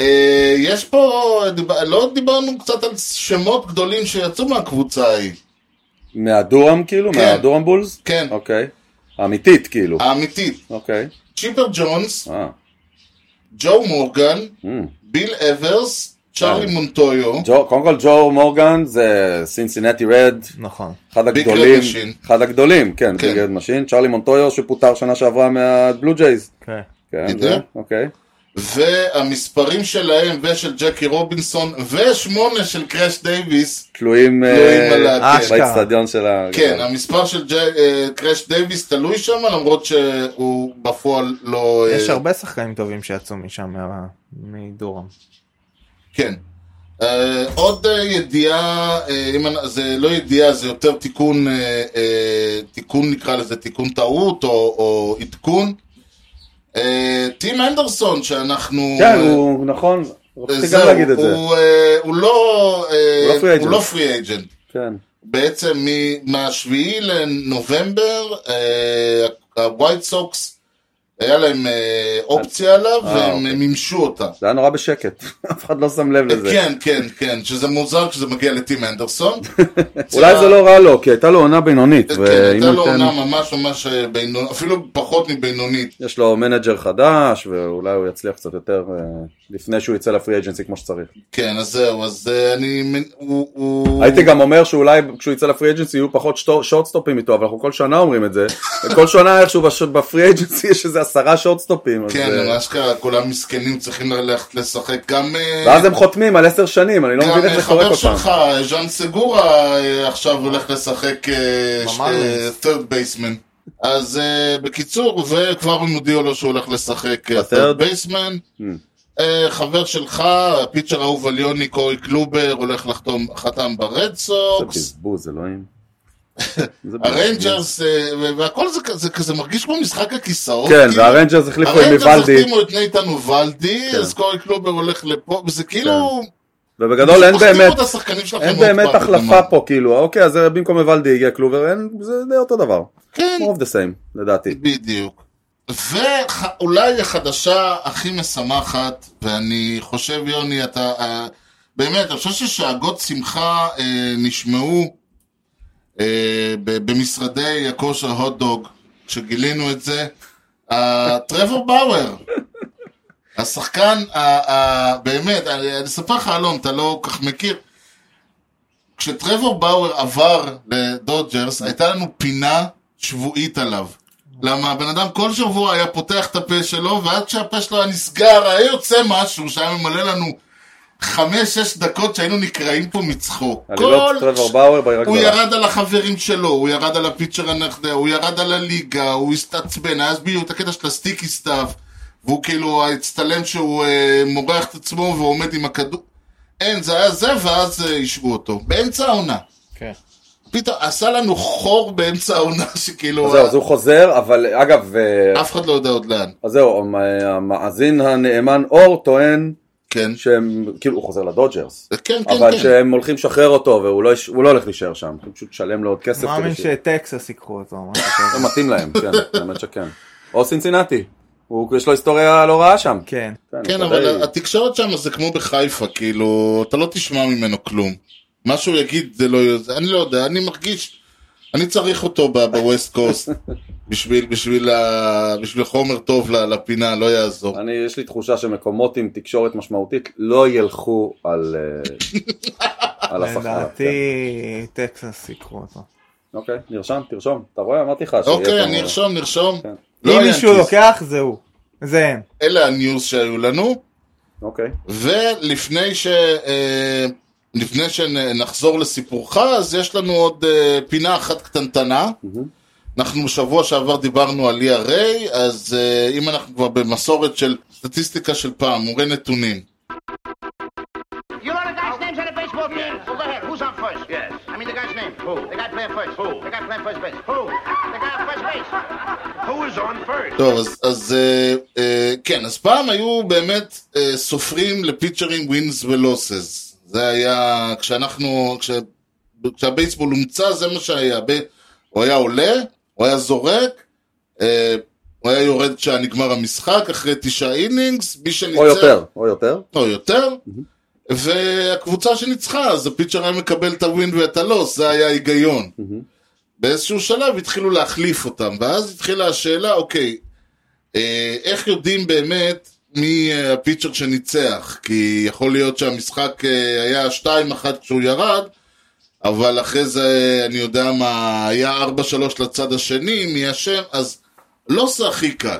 Speaker 3: אה, יש פה, דיב- לא דיברנו קצת על שמות גדולים שיצאו מהקבוצה ההיא.
Speaker 4: מהדורם כאילו?
Speaker 3: כן.
Speaker 4: מהדורם בולס?
Speaker 3: כן,
Speaker 4: אוקיי. האמיתית כאילו.
Speaker 3: האמיתית.
Speaker 4: אוקיי.
Speaker 3: צ'יפר ג'ונס,
Speaker 4: אה.
Speaker 3: ג'ו מורגן,
Speaker 4: אמ.
Speaker 3: ביל אברס, צ'ארלי
Speaker 4: אה.
Speaker 3: מונטויו.
Speaker 4: ג'ו- קודם כל ג'ו מורגן זה סינסינטי רד,
Speaker 5: נכון
Speaker 4: אחד
Speaker 3: Red
Speaker 4: הגדולים,
Speaker 3: Machine.
Speaker 4: אחד הגדולים, כן,
Speaker 3: כן.
Speaker 4: ביג רד משין, צ'רלי מונטויו שפוטר שנה שעברה מהבלו ג'ייז,
Speaker 5: כן.
Speaker 4: כן,
Speaker 3: בדיוק.
Speaker 4: זה, אוקיי,
Speaker 3: והמספרים שלהם ושל ג'קי רובינסון ושמונה של קראש דייוויס,
Speaker 4: תלויים
Speaker 3: תלויים
Speaker 4: אה,
Speaker 3: על ה-
Speaker 5: אשכרה.
Speaker 4: באצטדיון של ה...
Speaker 3: כן, המספר של ג'- אה, קראש דייוויס תלוי שם למרות שהוא בפועל לא... אה,
Speaker 5: יש הרבה שחקנים טובים שיצאו משם מה- מדורם
Speaker 3: כן. אה, עוד אה, ידיעה, אה, אם אני- זה לא ידיעה, זה יותר תיקון, אה, אה, תיקון נקרא לזה, תיקון טעות או- או עדכון. אה, טים אנדרסון שאנחנו...
Speaker 4: כן,
Speaker 3: אה,
Speaker 4: הוא נכון, רציתי גם
Speaker 3: זהו,
Speaker 4: להגיד את זה,
Speaker 3: הוא, אה, הוא לא... אה,
Speaker 4: הוא לא free
Speaker 3: הוא
Speaker 4: agent.
Speaker 3: לא פרי אייג'נט.
Speaker 4: כן,
Speaker 3: בעצם מ- מהשביעי לנובמבר, הווייט סוקס אה, היה להם אה, אופציה עליו,
Speaker 4: אה,
Speaker 3: והם
Speaker 4: אוקיי.
Speaker 3: מימשו אותה.
Speaker 4: זה היה נורא בשקט, אף אחד לא שם לב לזה.
Speaker 3: כן, כן, כן, שזה מוזר כשזה מגיע לטים אנדרסון.
Speaker 4: אולי זה לא רע לו, כי הייתה לו עונה בינונית,
Speaker 3: כן,
Speaker 4: ואם
Speaker 3: הייתה לו
Speaker 4: הוא
Speaker 3: עונה
Speaker 4: ייתן...
Speaker 3: ממש ממש בינונית, אפילו פחות מבינונית.
Speaker 4: יש לו מנג'ר חדש, ואולי הוא יצליח קצת יותר אה, לפני שהוא יצא לפרי אג'נסי כמו שצריך.
Speaker 3: כן, אז זהו, אז אה, אני... מנ- הוא- הוא-
Speaker 4: הייתי גם אומר שאולי כשהוא יצא לפרי אג'נסי יהיו פחות שטו- שורטסטופים איתו, אבל אנחנו כל שנה אומרים את זה. וכל שנה איכשהו בש- בפרי אג'נסי יש איזה עשרה שורטסטופים. אז,
Speaker 3: כן,
Speaker 4: אה,
Speaker 3: אבל אשכרה, כולם מסכנים צריכים ללכת לשחק. גם... אה,
Speaker 4: ואז הם חותמים על עשר שנים, אני לא
Speaker 3: גם
Speaker 4: מבין איך
Speaker 3: אה,
Speaker 4: זה קורה
Speaker 3: חבר
Speaker 4: כל פעם.
Speaker 3: שלך, אה, ז'אן סגורה, אה, עכשיו הולך לשחק אה,
Speaker 5: במרלינס.
Speaker 3: third baseman. אז אה, בקיצור, וכבר הם הודיעו לו שהוא הולך לשחק אה, third
Speaker 4: ב-third? Hmm.
Speaker 3: baseman. אה, חבר שלך, הפיצ'ר האהוב על יוני, קורי קלובר, הולך לחתום, חתם ברד
Speaker 4: זה
Speaker 3: סוקס.
Speaker 4: בזבוז, אלוהים. זה בזבוז.
Speaker 3: הריינג'רס, אה, ו- והכל זה כזה, כזה מרגיש כמו משחק הכיסאות.
Speaker 4: כן,
Speaker 3: כאילו.
Speaker 4: והרנג'רס החליפו עם כן.
Speaker 3: הריינג'רס
Speaker 4: מיוולדי,
Speaker 3: החתימו את נייתן אוvaldi, אז קורי קלובר הולך לפה, וזה כאילו...
Speaker 4: ובגדול כן. לא, אין
Speaker 3: החתימו
Speaker 4: באמת,
Speaker 3: את השחקנים שלכם
Speaker 4: אין
Speaker 3: עוד
Speaker 4: באמת
Speaker 3: פעם,
Speaker 4: החלפה
Speaker 3: כלומר.
Speaker 4: פה, כאילו, אוקיי, אז זה במקום מיוולדי הגיע קלובר, אין, זה די אותו דבר.
Speaker 3: כן,
Speaker 4: more of the same, לדעתי.
Speaker 3: בדיוק. ואולי החדשה הכי משמחת, ואני חושב, יוני, אתה... אה, באמת, אני חושב ששאגות שמחה אה, נשמעו אה, ב- במשרדי הכושר הוטדוג, כשגילינו את זה. אה, טרוור באואר, השחקן, ה- ה- באמת, אני אני אספר לך, אלון, אתה לא כל כך מכיר. כשטרוור באואר עבר לדודג'רס, הייתה לנו פינה שבועית עליו. למה הבן אדם כל שבוע היה פותח את הפה שלו, ועד שהפה שלו היה נסגר, היה יוצא משהו שהיה ממלא לנו חמש-שש דקות שהיינו נקרעים פה מצחוק.
Speaker 4: עלילות טרוור לא באואר בעירה
Speaker 3: הוא
Speaker 4: גדולה.
Speaker 3: ירד על החברים שלו, הוא ירד על הפיצ'ר הנכדה, הוא ירד על הליגה, הוא הסתעצבן, היה אז בדיוק את הקטע של הסטיקי סטאב, והוא כאילו הצטלם שהוא אה, מורח את עצמו ועומד עם הכדור. אין, זה היה זה, ואז אה, השוו אותו. באמצע העונה.
Speaker 5: כן.
Speaker 3: פתאום עשה לנו חור באמצע העונה, שכאילו,
Speaker 4: אז זהו, אז הוא חוזר, אבל אגב, אה,
Speaker 3: אף אחד לא יודע עוד לאן.
Speaker 4: אז זהו, המ- המאזין הנאמן אור טוען
Speaker 3: כן,
Speaker 4: שהם, כאילו, הוא חוזר לדודג'רס.
Speaker 3: כן, כן,
Speaker 4: אבל
Speaker 3: כן.
Speaker 4: שהם הולכים לשחרר אותו והוא לא יש- הוא לא הולך להישאר שם, הוא פשוט ישלם לו עוד כסף.
Speaker 5: מאמין
Speaker 4: כדי ש-
Speaker 5: שטקסס ייקחו אותו. משהו
Speaker 4: זה
Speaker 5: כזה.
Speaker 4: מתאים להם, כן, האמת שכן. או סינצינטי, הוא- יש לו היסטוריה לא רעה שם.
Speaker 5: כן.
Speaker 3: כן,
Speaker 4: הוא
Speaker 3: אבל
Speaker 4: די-
Speaker 3: התקשורת שם זה כמו בחיפה, כאילו, אתה לא תשמע ממנו כלום. מה שהוא יגיד זה לא... אני לא יודע, אני מרגיש... אני צריך אותו ב- בווסט קוסט בשביל, בשביל, ה... בשביל חומר טוב ל- לפינה, לא יעזור.
Speaker 4: אני, יש לי תחושה שמקומות עם תקשורת משמעותית לא ילכו על אה, על השכר. כן.
Speaker 5: לדעתי טקסס ייקחו אותו.
Speaker 4: אוקיי, נרשם, תרשום. אתה רואה? אמרתי לך. שיהיה
Speaker 3: אוקיי,
Speaker 4: שם-
Speaker 3: אני ארשום, נרשום.
Speaker 4: כן.
Speaker 3: לא
Speaker 5: אם מישהו אוקיי.
Speaker 3: היאנקיז.
Speaker 5: לוקח זה הוא. זה הם.
Speaker 3: אלה הניוז שהיו לנו,
Speaker 4: אוקיי.
Speaker 3: ולפני ש... אה, לפני שנחזור לסיפורך, אז יש לנו עוד אה, פינה אחת קטנטנה.
Speaker 4: מהמם.
Speaker 3: אנחנו בשבוע שעבר דיברנו על ERA, אז uh, אם אנחנו כבר במסורת של סטטיסטיקה של פעם, מורה נתונים.
Speaker 7: You know the guy's names on the baseball team? Well, go ahead. Who's on first? Yes. I mean the guy's name. Who? The guy playing first. Who? The guy playing first base. Who? The guy on first base.
Speaker 6: Who is on first?
Speaker 3: טוב, אז, אז uh, uh, כן, אז פעם היו באמת uh, סופרים לפיצ'רים ווינס ולוסס. זה היה, כשאנחנו, כש, כשהבייסבול הומצא זה מה שהיה. ב, הוא היה עולה, הוא היה זורק, uh, הוא היה יורד כשנגמר המשחק, אחרי תשעה אינינגס, מי שניצח...
Speaker 4: או יותר, או יותר.
Speaker 3: או יותר, והקבוצה שניצחה, אז הפיצ'ר היה מקבל את הווין ואת הלוס, זה היה ההיגיון. באיזשהו שלב התחילו להחליף אותם, ואז התחילה השאלה, אוקיי, אה, איך יודעים באמת מי אה, הפיצ'ר שניצח? כי יכול להיות שהמשחק אה, היה 2-1 כשהוא ירד, אבל אחרי זה, אה, אני יודע מה, היה 4-3 לצד השני, מי אשם, אז לא זה הכי קל.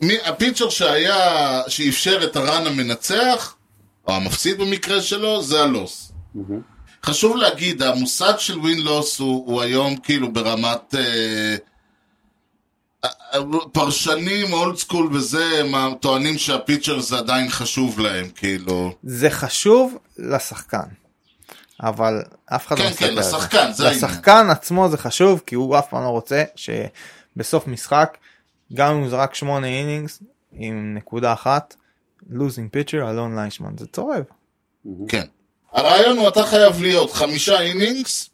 Speaker 3: מי, הפיצ'ר שהיה, שאפשר את הרן המנצח, או המפסיד במקרה שלו, זה הלוס. חשוב להגיד, המושג של ווין-לוס הוא, הוא היום כאילו ברמת אה, אה, פרשנים, אולד סקול וזה, הם טוענים שהפיצ'ר זה עדיין חשוב להם, כאילו.
Speaker 5: זה חשוב לשחקן. אבל אף אחד
Speaker 3: כן,
Speaker 5: לא
Speaker 3: כן,
Speaker 5: מסתכל על זה.
Speaker 3: לשחקן, זה העניין.
Speaker 5: לשחקן עצמו זה חשוב, כי הוא אף פעם לא רוצה שבסוף משחק, גם אם הוא זרק 8 אינינגס עם נקודה אחת, לוזינג פיצ'ר אלון ליישמן, זה צורב.
Speaker 3: כן. הרעיון הוא, אתה חייב להיות חמישה אינינגס,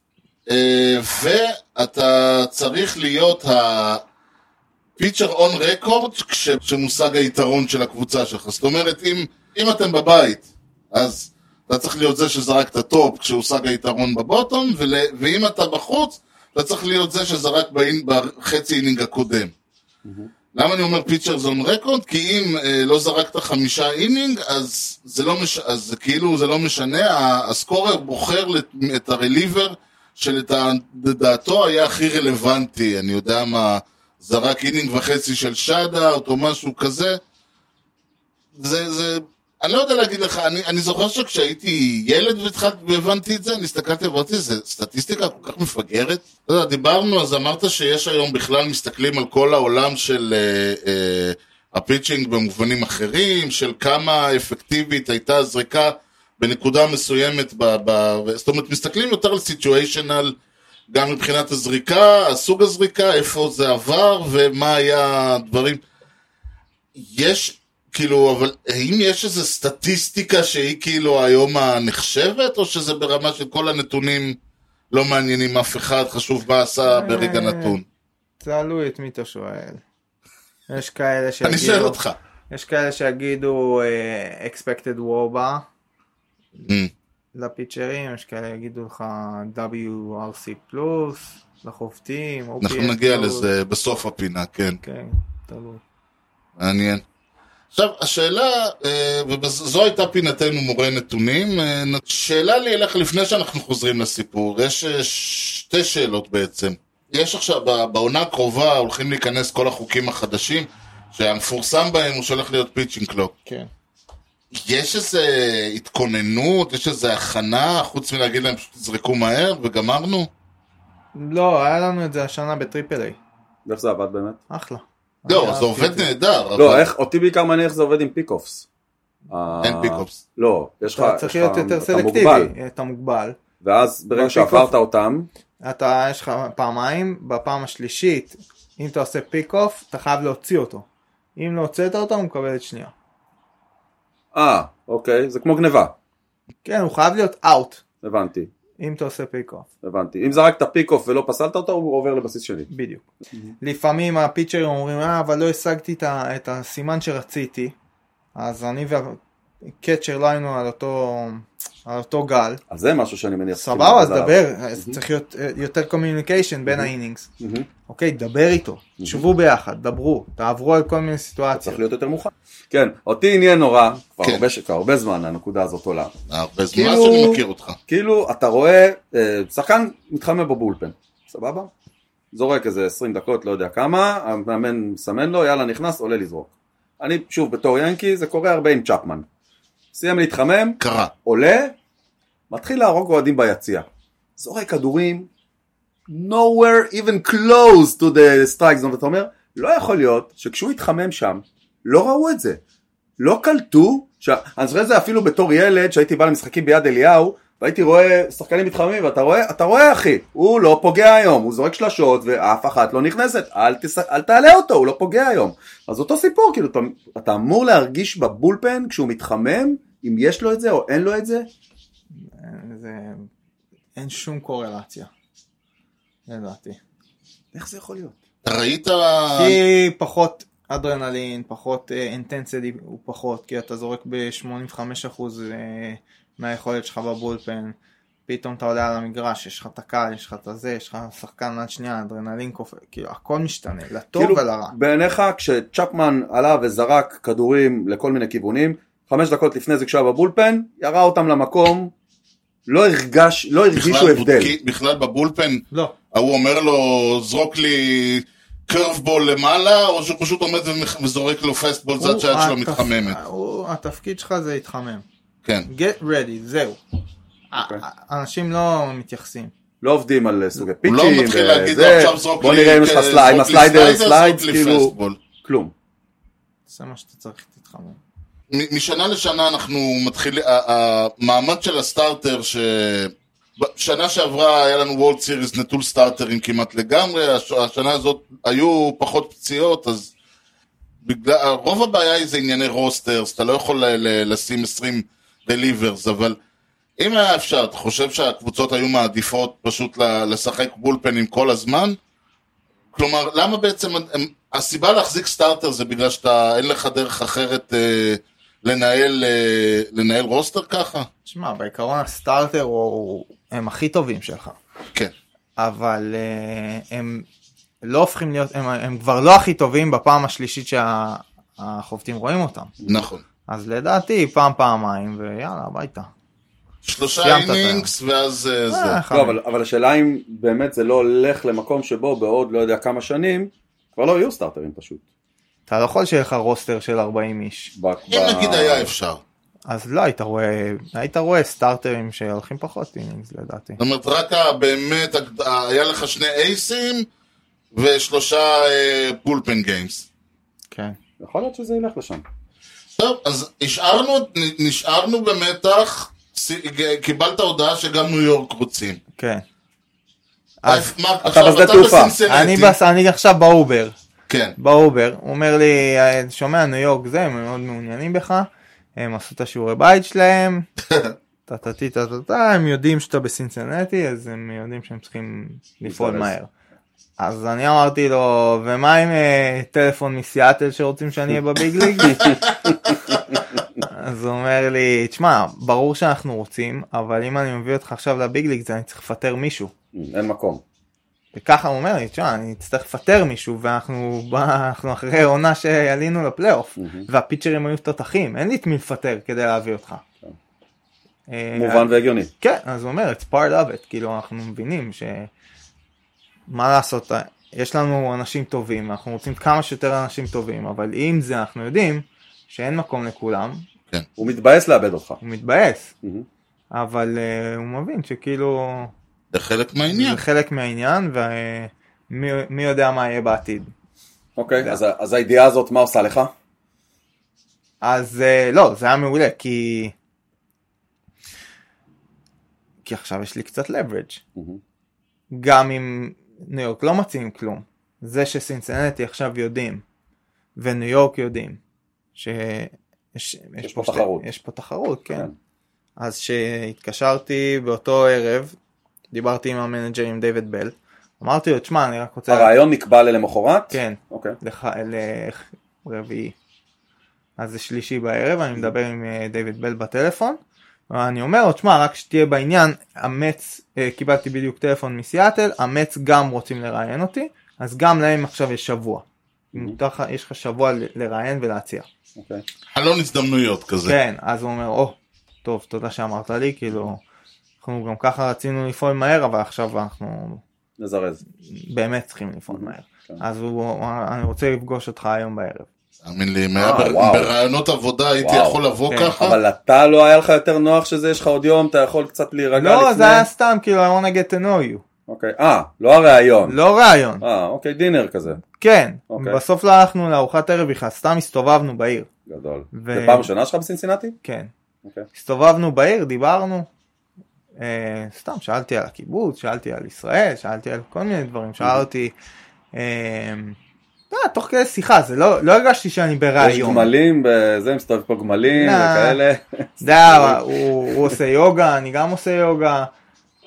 Speaker 3: אה, ואתה צריך להיות ה... פיצ'ר און רקורד, כשמושג היתרון של הקבוצה שלך. זאת אומרת, אם, אם אתם בבית, אז אתה צריך להיות זה שזרק את הטופ כשהושג היתרון בבוטום, ול, ואם אתה בחוץ, אתה צריך להיות זה שזרק באין, בחצי אינינג הקודם. למה אני אומר פיצ'רס און רקורד? כי אם אה, לא זרקת חמישה אינינג, אז זה לא מש... אז זה כאילו זה לא משנה, ה- הסקורר בוחר לת... את הרליבר שלדעתו היה הכי רלוונטי, אני יודע מה, זרק אינינג וחצי של שאדאוט או משהו כזה. זה, זה, אני לא יודע להגיד לך, אני, אני זוכר שכשהייתי ילד והתחלתי, והבנתי את זה, אני הסתכלתי ואמרתי, זה סטטיסטיקה כל כך מפגרת? אתה יודע, דיברנו, אז אמרת שיש היום בכלל, מסתכלים על כל העולם של אה, אה, הפיצ'ינג במובנים אחרים, של כמה אפקטיבית הייתה הזריקה בנקודה מסוימת, ב, ב, זאת אומרת, מסתכלים יותר על סיטואשנל, גם מבחינת הזריקה, הסוג הזריקה, איפה זה עבר ומה היה הדברים. יש, כאילו, אבל האם יש איזו סטטיסטיקה שהיא כאילו היום הנחשבת, או שזה ברמה של כל הנתונים לא מעניינים אף אחד, חשוב מה עשה ברגע נתון?
Speaker 5: תלוי את מי אתה שואל. יש כאלה שיגידו...
Speaker 3: אני שואל אותך.
Speaker 5: יש כאלה שיגידו אה, expected וובה
Speaker 3: אה,
Speaker 5: לפיצ'רים, יש כאלה יגידו לך WRC פלוס, לחובטים, OPS
Speaker 3: אנחנו נגיע
Speaker 5: פלוס.
Speaker 3: לזה בסוף הפינה, כן.
Speaker 5: כן, תלוי.
Speaker 3: מעניין. עכשיו, השאלה, אה, וזו הייתה פינתנו מורה נתונים, אה, שאלה לי אליך לפני שאנחנו חוזרים לסיפור, יש אה, שתי שאלות בעצם. יש עכשיו, ב- בעונה הקרובה הולכים להיכנס כל החוקים החדשים, שהמפורסם בהם הוא שהולך להיות פיצ'ינג קלוק.
Speaker 5: כן.
Speaker 3: יש איזה התכוננות, יש איזה הכנה, חוץ מלהגיד להם פשוט תזרקו מהר וגמרנו?
Speaker 5: לא, היה לנו את זה השנה בטריפל איי.
Speaker 4: ואיך זה עבד באמת?
Speaker 5: אחלה.
Speaker 3: לא, זה
Speaker 5: אני אהבתי את
Speaker 3: עובד נהדר,
Speaker 4: לא,
Speaker 3: אבל
Speaker 4: איך, אותי בעיקר מעניין איך זה עובד עם פיקופס. אה,
Speaker 3: אוקיי. אין פיקופס.
Speaker 4: לא, יש לך,
Speaker 5: אתה צריך
Speaker 4: יש לך-
Speaker 5: להיות יותר
Speaker 4: אתה מוגבל.
Speaker 5: סלקטיבי, אה, אתה מוגבל.
Speaker 4: ואז ברגע
Speaker 5: בפיקופ-
Speaker 4: שעברת אותם,
Speaker 5: אתה, יש לך פעמיים, בפעם השלישית, אם אתה עושה פיק אוף, אתה חייב להוציא אותו. אם לא הוצאת אותו, הוא מקבל את שנייה.
Speaker 4: אה, אוקיי, זה כמו גניבה,
Speaker 5: כן, הוא חייב להיות אאוט,
Speaker 4: הבנתי,
Speaker 5: אם אתה עושה פיק אוף,
Speaker 4: הבנתי. אם זרקת פיקוף ולא פסלת אותו, הוא עובר לבסיס שני.
Speaker 5: בדיוק. לפעמים הפיצ'רים אומרים, אה, אבל לא השגתי את ה- את הסימן שרציתי, אז אני והקצ'ר לא היינו על אותו, על אותו גל.
Speaker 4: אז זה משהו שאני מניח. שצריכים
Speaker 5: סבבה, אז
Speaker 4: לעבוד כאילו, עליו.
Speaker 5: דבר, אז צריך להיות אה, יותר קומיוניקיישן בין האינינגס.
Speaker 4: מהמם.
Speaker 5: אוקיי, דבר איתו, תשבו ביחד, דברו, תעברו על כל מיני סיטואציות.
Speaker 4: צריך להיות יותר מוכן. כן, אותי עניין נורא, כבר
Speaker 3: כן.
Speaker 4: הרבה ש- כבר הרבה זמן הנקודה הזאת עולה.
Speaker 3: הרבה זמן
Speaker 4: כאילו-
Speaker 3: שאני מכיר אותך.
Speaker 4: כאילו, אתה רואה, אה, שחקן מתחמם בבולפן, סבבה? זורק איזה 20 דקות, לא יודע כמה, המאמן מסמן לו, יאללה נכנס, עולה לזרוק. אני, שוב, בתור ינקי, זה קורה הרבה עם צ'פמן. סיים להתחמם,
Speaker 3: קרה.
Speaker 4: עולה, מתחיל להרוג אוהדים ביציע. זורק כדורים, nowhere even close to the strike zone, ואתה אומר, לא יכול להיות שכשהוא התחמם שם, לא ראו את זה. לא קלטו, ש... אני זוכר את זה אפילו בתור ילד, שהייתי בא למשחקים ביד אליהו, והייתי רואה שחקנים מתחממים, ואתה רואה, אתה רואה אחי, הוא לא פוגע היום, הוא זורק שלשות, ואף אחת לא נכנסת, אל, תס... אל תעלה אותו, הוא לא פוגע היום. אז אותו סיפור, כאילו, אתה, אתה אמור להרגיש בבולפן כשהוא מתחמם, אם יש לו את זה או אין לו את זה,
Speaker 5: זה... אין שום קורלציה, לדעתי.
Speaker 4: איך זה יכול להיות?
Speaker 3: אתה ראית...
Speaker 5: כי פחות אדרנלין, פחות אינטנסיטי הוא פחות, כי אתה זורק ב-85% אה, מהיכולת שלך בבולפן, פתאום אתה עולה על המגרש, יש לך את הקהל, יש לך את הזה, יש לך שחקן עד שנייה, אדרנלין קופא, כאילו הכל משתנה, לטוב
Speaker 4: כאילו,
Speaker 5: ולרע.
Speaker 4: בעיניך כשצ'פמן עלה וזרק כדורים לכל מיני כיוונים, חמש דקות לפני זה כשהיה בבולפן, ירה אותם למקום, לא הרגש, לא הרגישו
Speaker 3: בכלל
Speaker 4: הבדל.
Speaker 3: בודקים- בכלל בבולפן,
Speaker 5: לא,
Speaker 3: ההוא אומר לו, זרוק לי קרבבול למעלה, או שהוא פשוט עומד ומח- וזורק לו פסטבול
Speaker 5: הוא-
Speaker 3: זד שהיד שלו
Speaker 5: התפ-
Speaker 3: מתחממת.
Speaker 5: הוא- התפקיד שלך זה להתחמם.
Speaker 3: כן.
Speaker 5: get ready, זהו.
Speaker 3: אוקיי.
Speaker 5: ה- אנשים לא מתייחסים.
Speaker 4: לא עובדים על אה, סוגי
Speaker 3: הוא
Speaker 4: פיצ'ים,
Speaker 3: לא מתחיל
Speaker 4: וזה.
Speaker 3: להגיד לו, עכשיו זרוק לי...
Speaker 4: בוא נראה אם יש לך
Speaker 3: אה,
Speaker 4: סלייד, אם
Speaker 3: זרוק לי
Speaker 4: הסליידר
Speaker 3: סליידר,
Speaker 4: סלייד,
Speaker 3: זרוק לי
Speaker 4: כאילו,
Speaker 3: פסטבול.
Speaker 4: כלום.
Speaker 5: זה מה שאתה צריך להתחמם.
Speaker 3: מ- משנה לשנה אנחנו מתחילים, ה- ה- המעמד של הסטארטר ש... ב- שנה שעברה היה לנו וולד סיריס נטול סטארטרים כמעט לגמרי, הש- השנה הזאת היו פחות פציעות, אז בגלל, רוב הבעיה היא זה ענייני רוסטרס, אתה לא יכול ל- ל- לשים 20 דליברס, אבל אם היה אפשר, אתה חושב שהקבוצות היו מעדיפות פשוט ל- לשחק בולפנים כל הזמן? כלומר, למה בעצם, הם, הסיבה להחזיק סטארטר זה בגלל שאתה, אין לך דרך אחרת אה, לנהל, אה, לנהל רוסטר ככה?
Speaker 5: שמע, בעיקרון הסטארטר הוא... הם הכי טובים שלך.
Speaker 3: כן.
Speaker 5: אבל אה, הם לא הופכים להיות, הם, הם כבר לא הכי טובים בפעם השלישית שהחובטים רואים אותם.
Speaker 3: נכון.
Speaker 5: אז לדעתי פעם פעמיים ויאללה הביתה.
Speaker 3: שלושה
Speaker 5: סיימת את
Speaker 3: אינינגס ואז אה, זה.
Speaker 5: אה, חמש.
Speaker 4: לא, אבל, אבל השאלה אם באמת זה לא הולך למקום שבו בעוד לא יודע כמה שנים, כבר לא יהיו סטארטרים פשוט.
Speaker 5: אתה לא יכול שיהיה לך רוסטר של 40 איש.
Speaker 4: ב-
Speaker 3: אם
Speaker 4: ב-
Speaker 3: נגיד היה אפשר.
Speaker 5: אז לא היית רואה, היית רואה סטארטרים שהולכים פחות אינינגס לדעתי.
Speaker 3: זאת אומרת, רק ה- באמת, ה- היה לך שני אייסים ושלושה אה, פולפן גיימס.
Speaker 5: כן.
Speaker 4: יכול להיות שזה ילך לשם.
Speaker 3: טוב, אז השארנו, נשארנו במתח, ס- ג- קיבלת הודעה שגם ניו יורק רוצים.
Speaker 5: כן.
Speaker 3: אז
Speaker 5: אז
Speaker 3: מה, עכשיו
Speaker 4: בשדה
Speaker 3: אתה
Speaker 4: תעופה.
Speaker 3: בסינסינטי.
Speaker 5: אני, בס... אני עכשיו באובר,
Speaker 3: כן,
Speaker 5: באובר, הוא אומר לי, "אה, שומע ניו יורק זה, הם מאוד מעוניינים בך, הם עשו את השיעורי בית שלהם, טה טה טה טה טה טה, הם יודעים שאתה בסינסנטי, אז הם יודעים שהם צריכים לפעול
Speaker 4: להתכנס.
Speaker 5: מהר. אז אני אמרתי לו, ומה עם אה, טלפון מסיאטל שרוצים שאני אהיה בביג ליג? אז הוא אומר לי, תשמע, ברור שאנחנו רוצים, אבל אם אני מביא אותך עכשיו לביג ליג, זה אני צריך לפטר מישהו.
Speaker 4: אין מקום.
Speaker 5: וככה הוא אומר לי, תשמע, אני אצטרך לפטר מישהו, ואנחנו בא- אנחנו אחרי עונה שעלינו לפלייאוף, והפיצ'רים היו תותחים, אין לי את מי לפטר כדי להביא אותך. אה,
Speaker 4: כן. מובן והגיוני.
Speaker 5: כן, אז הוא אומר, it's part of it, כאילו אנחנו מבינים ש... מה לעשות, אה, יש לנו אנשים טובים, אנחנו רוצים כמה שיותר אנשים טובים, אבל עם זה אנחנו יודעים שאין מקום לכולם,
Speaker 4: הוא מתבאס לאבד אותך.
Speaker 5: הוא מתבאס,
Speaker 4: מהמם.
Speaker 5: אבל אה, הוא מבין שכאילו
Speaker 3: זה חלק
Speaker 5: זה
Speaker 3: מהעניין.
Speaker 5: חלק מהעניין, ומי מי יודע מה יהיה בעתיד.
Speaker 4: אוקיי,
Speaker 5: אה.
Speaker 4: אז ה- אז הידיעה הזאת, מה עושה לך?
Speaker 5: אז אה, לא, זה היה מעולה, כי... כי עכשיו יש לי קצת leverage.
Speaker 4: מהמם.
Speaker 5: גם אם ניו יורק לא מציעים כלום, זה שסינסנטי עכשיו יודעים, וניו יורק יודעים, שיש יש
Speaker 4: יש פה תחרות.
Speaker 5: יש פה תחרות, כן.
Speaker 4: כן.
Speaker 5: אז שהתקשרתי באותו ערב, דיברתי עם המנג'ר, עם דיוויד בל, אמרתי לו, תשמע, אני רק רוצה...
Speaker 4: הרעיון נקבע ללמחרת?
Speaker 5: כן.
Speaker 4: אוקיי.
Speaker 5: לח... לח- רביעי. אז זה שלישי בערב, אני מדבר עם אה, דיוויד בל בטלפון. אני אומר לו, תשמע, רק שתהיה בעניין, אמץ, אה, קיבלתי בדיוק טלפון מסיאטל, אמץ גם רוצים לראיין אותי, אז גם להם עכשיו יש שבוע. מותר לך- יש לך שבוע ל- לראיין ולהציע.
Speaker 4: אוקיי.
Speaker 3: חלון הזדמנויות כזה.
Speaker 5: כן, אז הוא אומר, או, טוב, תודה שאמרת לי, כאילו, אנחנו גם ככה רצינו לפעול מהר, אבל עכשיו אנחנו
Speaker 4: נזרז.
Speaker 5: באמת צריכים לפעול מהר.
Speaker 4: כן.
Speaker 5: אז הוא הוא אמר, אני רוצה לפגוש אותך היום בערב.
Speaker 3: תאמין לי, אם
Speaker 4: אה,
Speaker 3: היה בר-
Speaker 4: וואו.
Speaker 3: ברעיונות עבודה הייתי
Speaker 4: וואו.
Speaker 3: יכול לבוא
Speaker 5: כן,
Speaker 3: ככה.
Speaker 4: אבל אתה לא היה לך יותר נוח שזה יש לך עוד יום, אתה יכול קצת להירגע לפני?
Speaker 5: לא, זה היה סתם, כאילו, I want to get to know you.
Speaker 4: אוקיי. אה, לא הרעיון.
Speaker 5: לא ראיון.
Speaker 4: אה, אוקיי, דינר כזה.
Speaker 5: כן.
Speaker 4: אוקיי.
Speaker 5: בסוף לא הלכנו לארוחת ערב בכלל, סתם הסתובבנו בעיר.
Speaker 4: גדול.
Speaker 5: ו-
Speaker 4: זה פעם ראשונה שלך בסינסינטי?
Speaker 5: כן.
Speaker 4: אוקיי.
Speaker 5: הסתובבנו בעיר, דיברנו. אה, סתם, שאלתי על הקיבוץ, שאלתי על ישראל, שאלתי על כל מיני דברים,
Speaker 4: אוקיי.
Speaker 5: שאל אותי... אה, לא, תוך כדי שיחה, זה לא לא הרגשתי שאני
Speaker 3: אה,
Speaker 4: יש
Speaker 5: בראיון.
Speaker 4: גמלים, זה מסתובב פה גמלים
Speaker 5: לא.
Speaker 4: וכאלה.
Speaker 5: זה היה, הוא הוא עושה יוגה, אני גם עושה יוגה.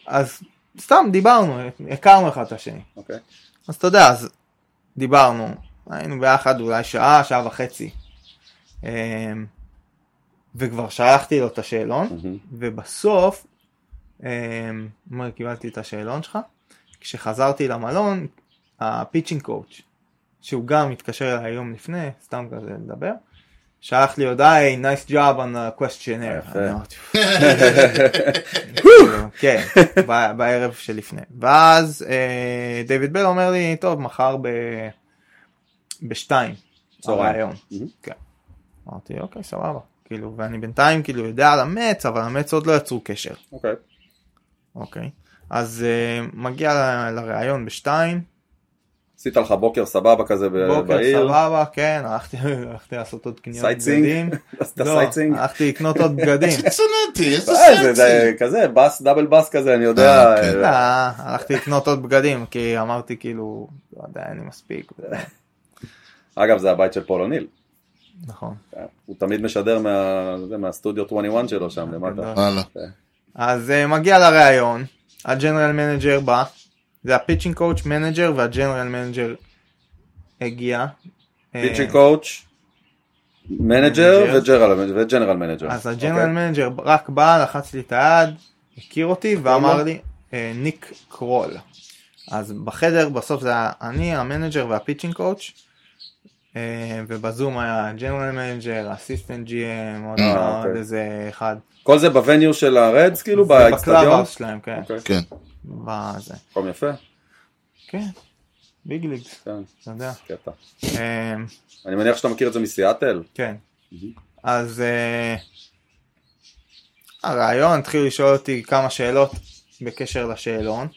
Speaker 5: אז סתם דיברנו, הכרנו אחד את השני.
Speaker 4: אוקיי.
Speaker 5: אז אתה יודע, אז דיברנו, היינו ביחד אולי שעה, שעה וחצי. אמ, וכבר שלחתי לו את השאלון,
Speaker 4: מהמם.
Speaker 5: ובסוף, אמ, הוא אומר, קיבלתי את השאלון שלך. כשחזרתי למלון, הפיצ'ינג קואוץ', שהוא גם התקשר אליי יום לפני, סתם כזה לדבר, שלח לי הודעה, היי, nice job on the questionnaire.
Speaker 4: יפה.
Speaker 5: אני אמרתי, כאילו, כן, ב- בערב שלפני. ואז אה, דיוויד בל אומר לי, טוב, מחר ב... בשתיים.
Speaker 4: צהריים.
Speaker 5: הרעיון."
Speaker 4: מהמם.
Speaker 5: כן. אמרתי, אוקיי, סבבה. כאילו, ואני בינתיים כאילו יודע על המץ, אבל המץ עוד לא יצרו קשר.
Speaker 4: אוקיי.
Speaker 5: אוקיי. אז אה, מגיע ל- לראיון בשתיים,
Speaker 4: עשית לך בוקר סבבה כזה ב-
Speaker 5: בוקר
Speaker 4: אה, בעיר?
Speaker 5: סבבה, כן, הלכתי הלכתי לעשות עוד קניות
Speaker 4: סייטסינג?
Speaker 5: בגדים.
Speaker 4: עשית
Speaker 5: לא,
Speaker 4: סייטסינג?
Speaker 5: הלכתי לקנות עוד בגדים.
Speaker 3: סנסנטי, איזה
Speaker 4: אה, זה-
Speaker 3: סנסי.
Speaker 4: זה כזה בס, דאבל בס כזה, אני יודע.
Speaker 3: אה, כן.
Speaker 4: אה,
Speaker 5: לא, הלכתי לקנות עוד בגדים, כי אמרתי כאילו, לא יודע, אין לי מספיק.
Speaker 4: אה, אגב, זה הבית של פול אוניל.
Speaker 5: נכון.
Speaker 4: הוא תמיד משדר מה- זה, מהסטודיו 21 שלו שם למטה.
Speaker 5: אה, גדול.
Speaker 3: וואלה.
Speaker 5: אז אה, מגיע לראיון, הג'נרל מנג'ר בא, זה הפיצ'ינג קואוצ' מנג'ר והג'נרל מנג'ר הגיע.
Speaker 4: פיצ'ינג
Speaker 5: אה,
Speaker 4: קואוץ', מנג'ר
Speaker 5: מנג'ר.
Speaker 4: וג'רל- וג'נרל מנג'ר.
Speaker 5: אז
Speaker 4: אוקיי.
Speaker 5: הג'נרל מנג'ר רק בא, לחץ לי את היד, הכיר אותי ואמר
Speaker 4: לו?
Speaker 5: לי, אה, ניק קרול. אז בחדר בסוף זה היה אני, המנג'ר והפיצ'ינג קואוץ', אה, ובזום היה הג'נרל מנג'ר, אסיסטנט GM, עוד
Speaker 3: אה,
Speaker 5: אחד,
Speaker 4: אוקיי.
Speaker 5: איזה אחד.
Speaker 4: כל זה בווניו של הרדס, כאילו,
Speaker 5: זה
Speaker 4: באצטדיון?
Speaker 5: בקלאבהאוס שלהם, כן.
Speaker 4: אוקיי.
Speaker 3: כן.
Speaker 5: בזה.
Speaker 4: מקום יפה.
Speaker 5: כן, ביג ליג,
Speaker 4: כן,
Speaker 5: אתה יודע.
Speaker 4: קטע.
Speaker 5: אה,
Speaker 4: אני מניח שאתה מכיר את זה מסיאטל.
Speaker 5: כן. אז אה, הרעיון התחיל לשאול אותי כמה שאלות בקשר לשאלון.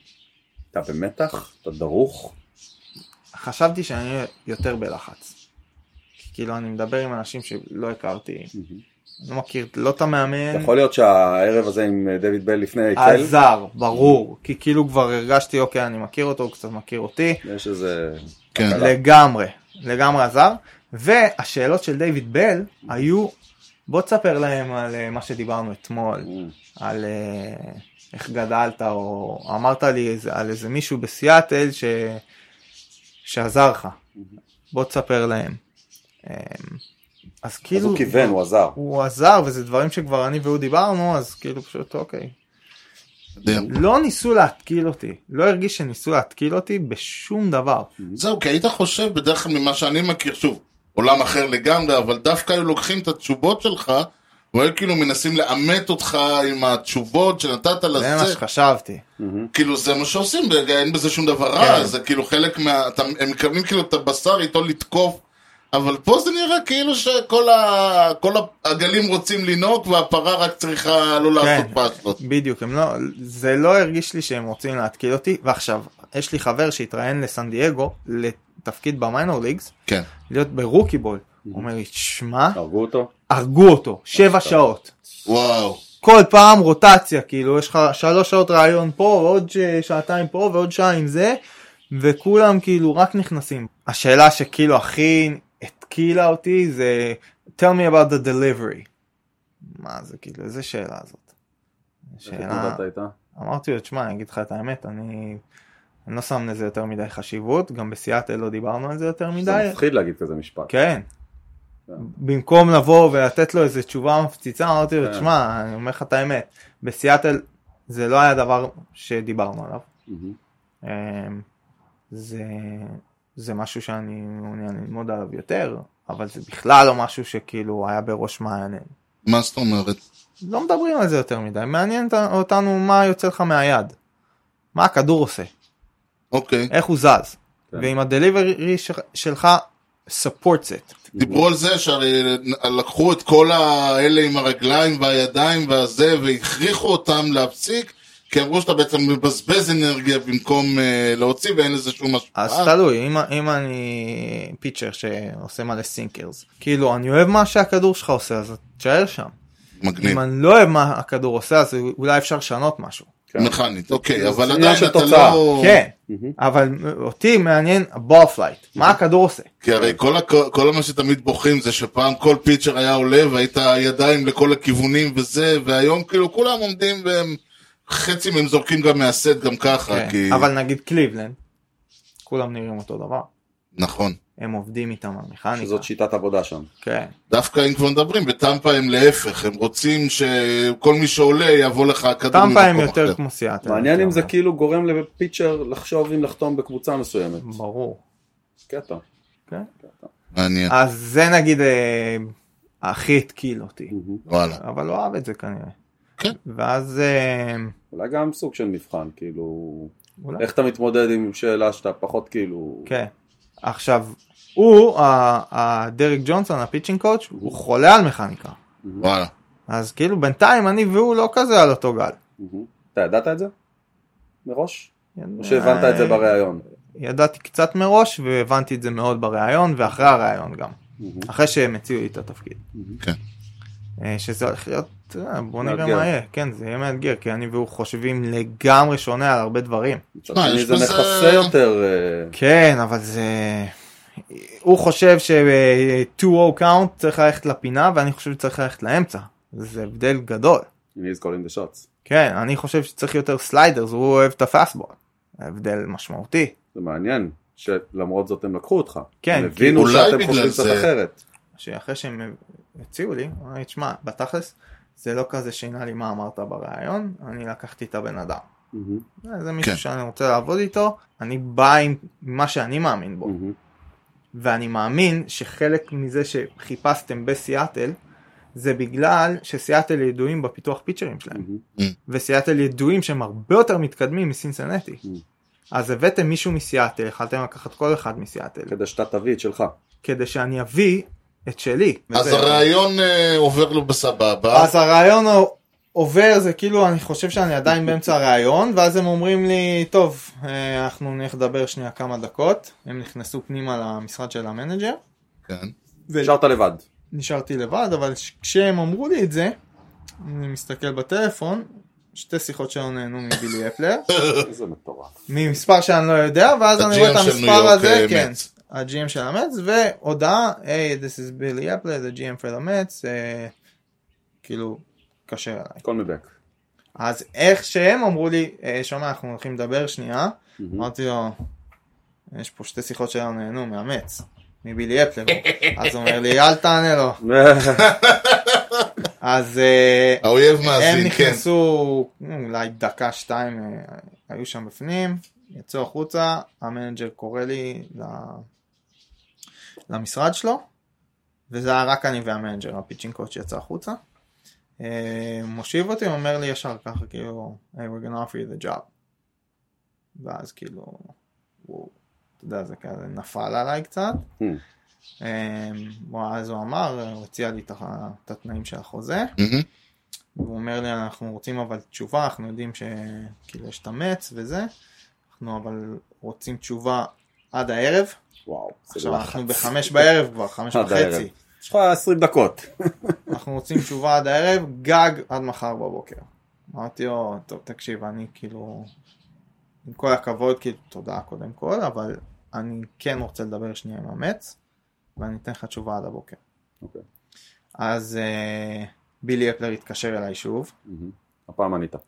Speaker 4: אתה במתח? אתה דרוך?
Speaker 5: חשבתי שאני אהיה יותר בלחץ. כי כאילו אני מדבר עם אנשים שלא הכרתי, לא מכיר, לא את המאמן,
Speaker 4: יכול להיות שהערב הזה עם אה, דויד בל לפני איקל,
Speaker 5: הזר, ברור, כי כאילו כבר הרגשתי, אוקיי, אני מכיר אותו, הוא קצת מכיר אותי,
Speaker 4: יש איזה...
Speaker 3: כן.
Speaker 4: תקלה.
Speaker 5: לגמרי, לגמרי עזר, והשאלות של דיוויד בל היו, בוא תספר להם על אה, מה שדיברנו אתמול,
Speaker 4: Mm.
Speaker 5: על אה, איך גדלת, או אמרת לי איזה- על איזה מישהו בסיאטל ש... שעזר לך,
Speaker 4: Mm-hmm.
Speaker 5: בוא תספר להם. אה, אז כאילו,
Speaker 4: אז הוא כיוון, הוא עזר.
Speaker 5: הוא עזר וזה דברים שכבר אני והוא דיברנו, אז כאילו פשוט אוקיי.
Speaker 3: מדהים.
Speaker 5: לא ניסו להתקיל אותי, לא הרגיש שניסו להתקיל אותי בשום דבר.
Speaker 4: Mm.
Speaker 3: זהו, כי היית חושב בדרך כלל ממה שאני מכיר, שוב, עולם אחר לגמרי, אבל דווקא היו לוקחים את התשובות שלך, והיו כאילו מנסים לעמת אותך עם התשובות שנתת
Speaker 5: זה מה
Speaker 3: לזה,
Speaker 5: שחשבתי.
Speaker 3: כאילו זה מה שעושים, ברגע, אין בזה שום דבר רע, זה כאילו חלק מה... אתה- הם מקבלים כאילו את הבשר איתו לתקוף, אבל פה זה נראה כאילו שכל ה- כל הגלים רוצים לנהוג והפרה רק צריכה לא
Speaker 5: כן.
Speaker 3: לעשות פאסלות.
Speaker 5: בדיוק, הם לא, זה לא הרגיש לי שהם רוצים להתקיל אותי, ועכשיו, יש לי חבר שהתראיין לסן דייגו לתפקיד במיינור ליגס,
Speaker 3: כן.
Speaker 5: להיות ברוקי בול. הוא אומר לי, שמע,
Speaker 4: הרגו אותו?
Speaker 5: הרגו אותו, שבע שעות.
Speaker 3: וואו.
Speaker 5: כל פעם רוטציה, כאילו, יש לך שלוש שעות ראיון פה, ועוד ש- שעתיים פה, ועוד שעה עם זה, וכולם כאילו רק נכנסים. השאלה שכאילו הכי התקילה אותי זה, tell me about the delivery. מה זה כאילו, איזה שאלה זאת? כן.
Speaker 4: איך התמודדת
Speaker 5: אה,
Speaker 4: איתה?
Speaker 5: אמרתי לו, תשמע, אני אגיד לך את האמת, אני... אני לא שם לזה יותר מדי חשיבות, גם בסיאטל לא דיברנו על זה יותר
Speaker 4: זה
Speaker 5: מדי.
Speaker 4: מפחיד להגיד כזה משפט.
Speaker 5: כן.
Speaker 4: כן.
Speaker 5: במקום לבוא ולתת לו איזה תשובה מפציצה, אמרתי לו,
Speaker 4: כן.
Speaker 5: תשמע, אני אומר לך את האמת, בסיאטל זה לא היה דבר שדיברנו עליו.
Speaker 4: מהמם.
Speaker 5: אמ, זה, זה משהו שאני מעוניין ללמוד עליו יותר, אבל זה בכלל לא משהו שכאילו היה בראש מעיינים.
Speaker 3: מה זאת אומרת?
Speaker 5: לא מדברים על זה יותר מדי, מעניין אותנו מה יוצא לך מהיד. מה הכדור עושה,
Speaker 3: אוקיי.
Speaker 5: איך הוא זז.
Speaker 4: כן.
Speaker 5: ואם הדליברי ש- שלך supports it.
Speaker 3: דיברו על זה שלקחו את כל האלה עם הרגליים והידיים והזה והכריחו אותם להפסיק כי אמרו שאתה בעצם מבזבז אנרגיה במקום אה, להוציא ואין לזה שום
Speaker 5: אז
Speaker 4: אה.
Speaker 5: לא-
Speaker 3: השפעה.
Speaker 5: תלוי, אם, אם אני פיצ'ר שעושה מלא סינקרס, כאילו אני אוהב מה שהכדור שלך עושה אז תשאר שם.
Speaker 3: מגניב.
Speaker 5: אם אני לא אוהב מה הכדור עושה אז אולי אפשר לשנות משהו.
Speaker 3: מכנית, אוקיי, אבל
Speaker 4: כן. זה
Speaker 3: עדיין
Speaker 4: של
Speaker 3: אתה
Speaker 4: תוצאה.
Speaker 3: לא...
Speaker 5: כן, אבל אותי מעניין בול פלייט, מה הכדור עושה.
Speaker 3: כי הרי כל, הכ- כל מה שתמיד בוכים זה שפעם כל פיצ'ר היה עולה והיית ידיים לכל הכיוונים וזה, והיום כאילו כולם עומדים והם... חצי מהם זורקים גם מהסט גם ככה,
Speaker 5: כן.
Speaker 3: כי...
Speaker 5: אבל נגיד קליבלנד, כולם נראים אותו דבר,
Speaker 3: נכון.
Speaker 5: הם עובדים איתם על מכניקה.
Speaker 4: שזאת שיטת עבודה שם.
Speaker 5: כן.
Speaker 3: דווקא אם כבר מדברים, בטמפה הם להפך, הם רוצים שכל מי שעולה יבוא לך הכדור
Speaker 5: פעם פעם
Speaker 3: ממקום
Speaker 5: יותר
Speaker 3: אחר.
Speaker 5: כמו סיאטל. כן,
Speaker 4: מעניין
Speaker 5: הייתי
Speaker 4: אם זה
Speaker 5: אומר.
Speaker 4: כאילו גורם לפיצ'ר לחשוב אם לחתום בקבוצה מסוימת.
Speaker 5: ברור.
Speaker 4: קטע.
Speaker 5: כן.
Speaker 3: מעניין,
Speaker 5: אז זה נגיד אה, הכי התקיל אותי.
Speaker 3: וואלה.
Speaker 5: אבל לא אהב את זה כנראה.
Speaker 3: כן.
Speaker 5: ואז אה,
Speaker 4: אולי גם סוג של מבחן, כאילו...
Speaker 5: אולי,
Speaker 4: איך אתה מתמודד עם שאלה שאתה פחות כאילו...
Speaker 5: אה? כן. עכשיו, הוא, ה- ה- דרק ג'ונסון, הפיצ'ינג קואוץ', הוא חולה על מכניקה.
Speaker 3: וואלה.
Speaker 5: אז כאילו בינתיים אני והוא לא כזה על אותו גל.
Speaker 4: מהמם. אתה ידעת את זה? מראש? או שהבנת את זה
Speaker 5: אה,
Speaker 4: בריאיון?
Speaker 5: ידעתי קצת מראש והבנתי את זה מאוד בריאיון ואחרי הריאיון גם. אחרי שהם הציעו לי את התפקיד.
Speaker 3: כן.
Speaker 5: אה, שזה הולך להיות, אתה יודע, בוא נראה
Speaker 4: מאתגר.
Speaker 5: מה יהיה. כן, זה יהיה מאתגר, כי אני והוא חושבים לגמרי שונה על הרבה דברים.
Speaker 4: מצד
Speaker 3: תשמע,
Speaker 4: שני
Speaker 3: יש
Speaker 4: זה
Speaker 3: בזה-
Speaker 4: מכסה יותר... אה,
Speaker 5: כן, אבל זה... הוא חושב ש-2-0 count צריך ללכת לפינה, ואני חושב שצריך ללכת לאמצע. זה הבדל גדול.
Speaker 4: He is calling the shots.
Speaker 5: כן, אני חושב שצריך יותר סליידרס, הוא אוהב את הפאסטבול. הבדל משמעותי.
Speaker 4: זה מעניין שלמרות זאת הם לקחו אותך.
Speaker 5: כן,
Speaker 4: הם
Speaker 5: כי-
Speaker 4: הבינו
Speaker 3: אולי
Speaker 4: שאתם
Speaker 3: בגלל
Speaker 4: חושבים קצת
Speaker 3: זה.
Speaker 4: אחרת.
Speaker 5: שאחרי שהם הציעו לי, הוא אמר לי, תשמע, בתכלס, זה לא כזה שינה לי מה אמרת בריאיון, אני לקחתי את הבן אדם.
Speaker 4: מהמם,
Speaker 5: זה זה מישהו
Speaker 3: כן.
Speaker 5: שאני רוצה לעבוד איתו, אני בא עם מה שאני מאמין בו.
Speaker 4: מהמם.
Speaker 5: ואני מאמין שחלק מזה שחיפשתם בסיאטל, זה בגלל שסיאטל ידועים בפיתוח פיצ'רים שלהם.
Speaker 4: מהמם.
Speaker 5: וסיאטל ידועים שהם הרבה יותר מתקדמים מסינסנטי.
Speaker 4: Mm.
Speaker 5: אז הבאתם מישהו מסיאטל, יכלתם לקחת כל אחד מסיאטל,
Speaker 4: כדי שאתה תביא את שלך.
Speaker 5: כדי שאני אביא את שלי.
Speaker 3: אז
Speaker 5: וזה-
Speaker 3: הרעיון אה, עובר לו בסבבה.
Speaker 5: אז הרעיון עובר, זה כאילו, אני חושב שאני עדיין באמצע הרעיון, ואז הם אומרים לי, טוב, אה, אנחנו נלך לדבר שנייה כמה דקות. הם נכנסו פנימה למשרד של המנג'ר,
Speaker 3: כן.
Speaker 4: נשארת לבד.
Speaker 5: נשארתי לבד, אבל ש- כשהם אמרו לי את זה, אני מסתכל בטלפון, שתי שיחות שלנו נהנו מבילי אפלר,
Speaker 4: איזה מטורף.
Speaker 5: ממספר שאני לא יודע, ואז אני רואה את
Speaker 3: ה-GM של ניו
Speaker 5: המספר
Speaker 3: יורק,
Speaker 5: הזה,
Speaker 3: אה,
Speaker 5: כן,
Speaker 3: מץ.
Speaker 5: ה-GM של המץ, והודעה, היי, this is בילי אפלר, the GM for the Mets, אה, כאילו, קשר אליי.
Speaker 4: קול מבק.
Speaker 5: אז איך שהם אמרו לי, "אה, שומע, אנחנו הולכים לדבר שנייה, אמרתי לו, יש פה שתי שיחות שלנו נהנו, מאמץ, מבילי אפלר. אז הוא אומר לי, אל תענה לו. אז אה,
Speaker 3: האויב
Speaker 5: הם
Speaker 3: מאזין, כן.
Speaker 5: נכנסו אה, אולי דקה, שתיים, אה, היו שם בפנים, יצאו החוצה, המנג'ר קורא לי ל- למשרד שלו, וזה היה רק אני והמנג'ר, הפיצ'ינג קוץ' יצא החוצה. אה, מושיב אותי, אומר לי ישר ככה, כאילו, hey, we're gonna offer you the job. ואז כאילו, הוא, אתה יודע, זה כזה נפל עליי קצת.
Speaker 4: Hmm.
Speaker 5: אה, ואז הוא אמר, הוא הציע לי את ה- את התנאים של החוזה.
Speaker 3: מהמם.
Speaker 5: והוא אומר לי אנחנו רוצים אבל תשובה אנחנו יודעים שכאילו יש את המץ וזה אנחנו אבל רוצים תשובה עד הערב
Speaker 4: וואו. זה
Speaker 5: עכשיו
Speaker 4: לחץ.
Speaker 5: אנחנו בחמש בערב כבר חמש
Speaker 4: עד
Speaker 5: וחצי
Speaker 4: הערב. יש לך 20 דקות.
Speaker 5: אנחנו רוצים תשובה עד הערב גג עד מחר בבוקר אמרתי לו טוב תקשיב אני כאילו עם כל הכבוד כאילו תודה קודם כל אבל אני כן רוצה לדבר שנייה עם המץ ואני אתן לך תשובה עד הבוקר
Speaker 4: אוקיי.
Speaker 5: אז אה, בילי אפלר התקשר אליי שוב
Speaker 4: מהמם. הפעם ענית.
Speaker 3: אה.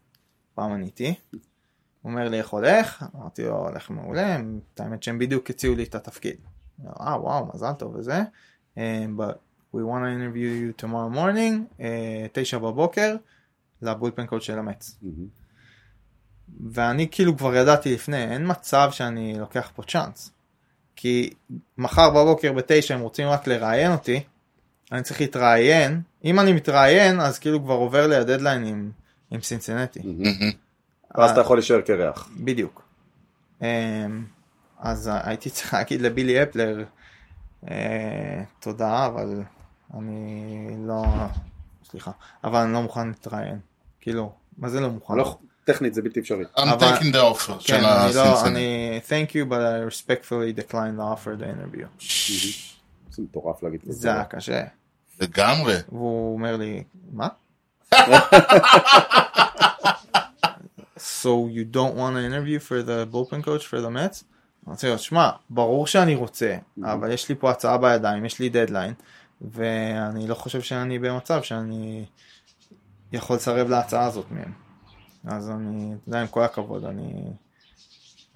Speaker 5: פעם עניתי. הוא אומר לי איך הולך? אמרתי לו הולך מעולה, הם- את האמת שהם בדיוק הציעו לי את התפקיד. הוא אומר, אה וואו מזל טוב וזה. אה, But we want to interview you tomorrow morning, אה, תשע בבוקר, לבולפן קוד של המץ.
Speaker 4: מהמם.
Speaker 5: ואני כאילו כבר ידעתי לפני, אין מצב שאני לוקח פה צ'אנס. כי מחר בבוקר בתשע הם רוצים רק לראיין אותי, אני צריך להתראיין, אם אני מתראיין אז כאילו כבר עובר לי הדדליין עם, עם סינסינטי.
Speaker 3: מהמם.
Speaker 4: ואז אתה יכול להישאר קרח.
Speaker 5: בדיוק. אמ, אז הייתי צריך להגיד לבילי אפלר, אה, תודה, אבל אני לא... סליחה, אבל אני לא מוכן להתראיין. כאילו, מה זה לא
Speaker 3: נכון.
Speaker 5: מוכן?
Speaker 4: לא- טכנית זה בלתי אפשרי.
Speaker 3: I'm
Speaker 5: אבל-
Speaker 3: taking the offer
Speaker 5: כן,
Speaker 3: של
Speaker 5: אני לא,
Speaker 3: הסינסני.
Speaker 5: אני... Thank you, but I respectfully decline the offer the interview.
Speaker 4: זה מטורף להגיד את
Speaker 5: זה היה קשה.
Speaker 3: לגמרי.
Speaker 5: והוא אומר לי, מה? so you don't want to interview for the bullpen coach for the Mets? אמרתי לו, שמע, ברור שאני רוצה, אבל יש לי פה הצעה בידיים, יש לי דדליין, ואני לא חושב שאני במצב שאני יכול לסרב להצעה הזאת מהם. אז אני, אתה יודע, עם כל הכבוד, אני,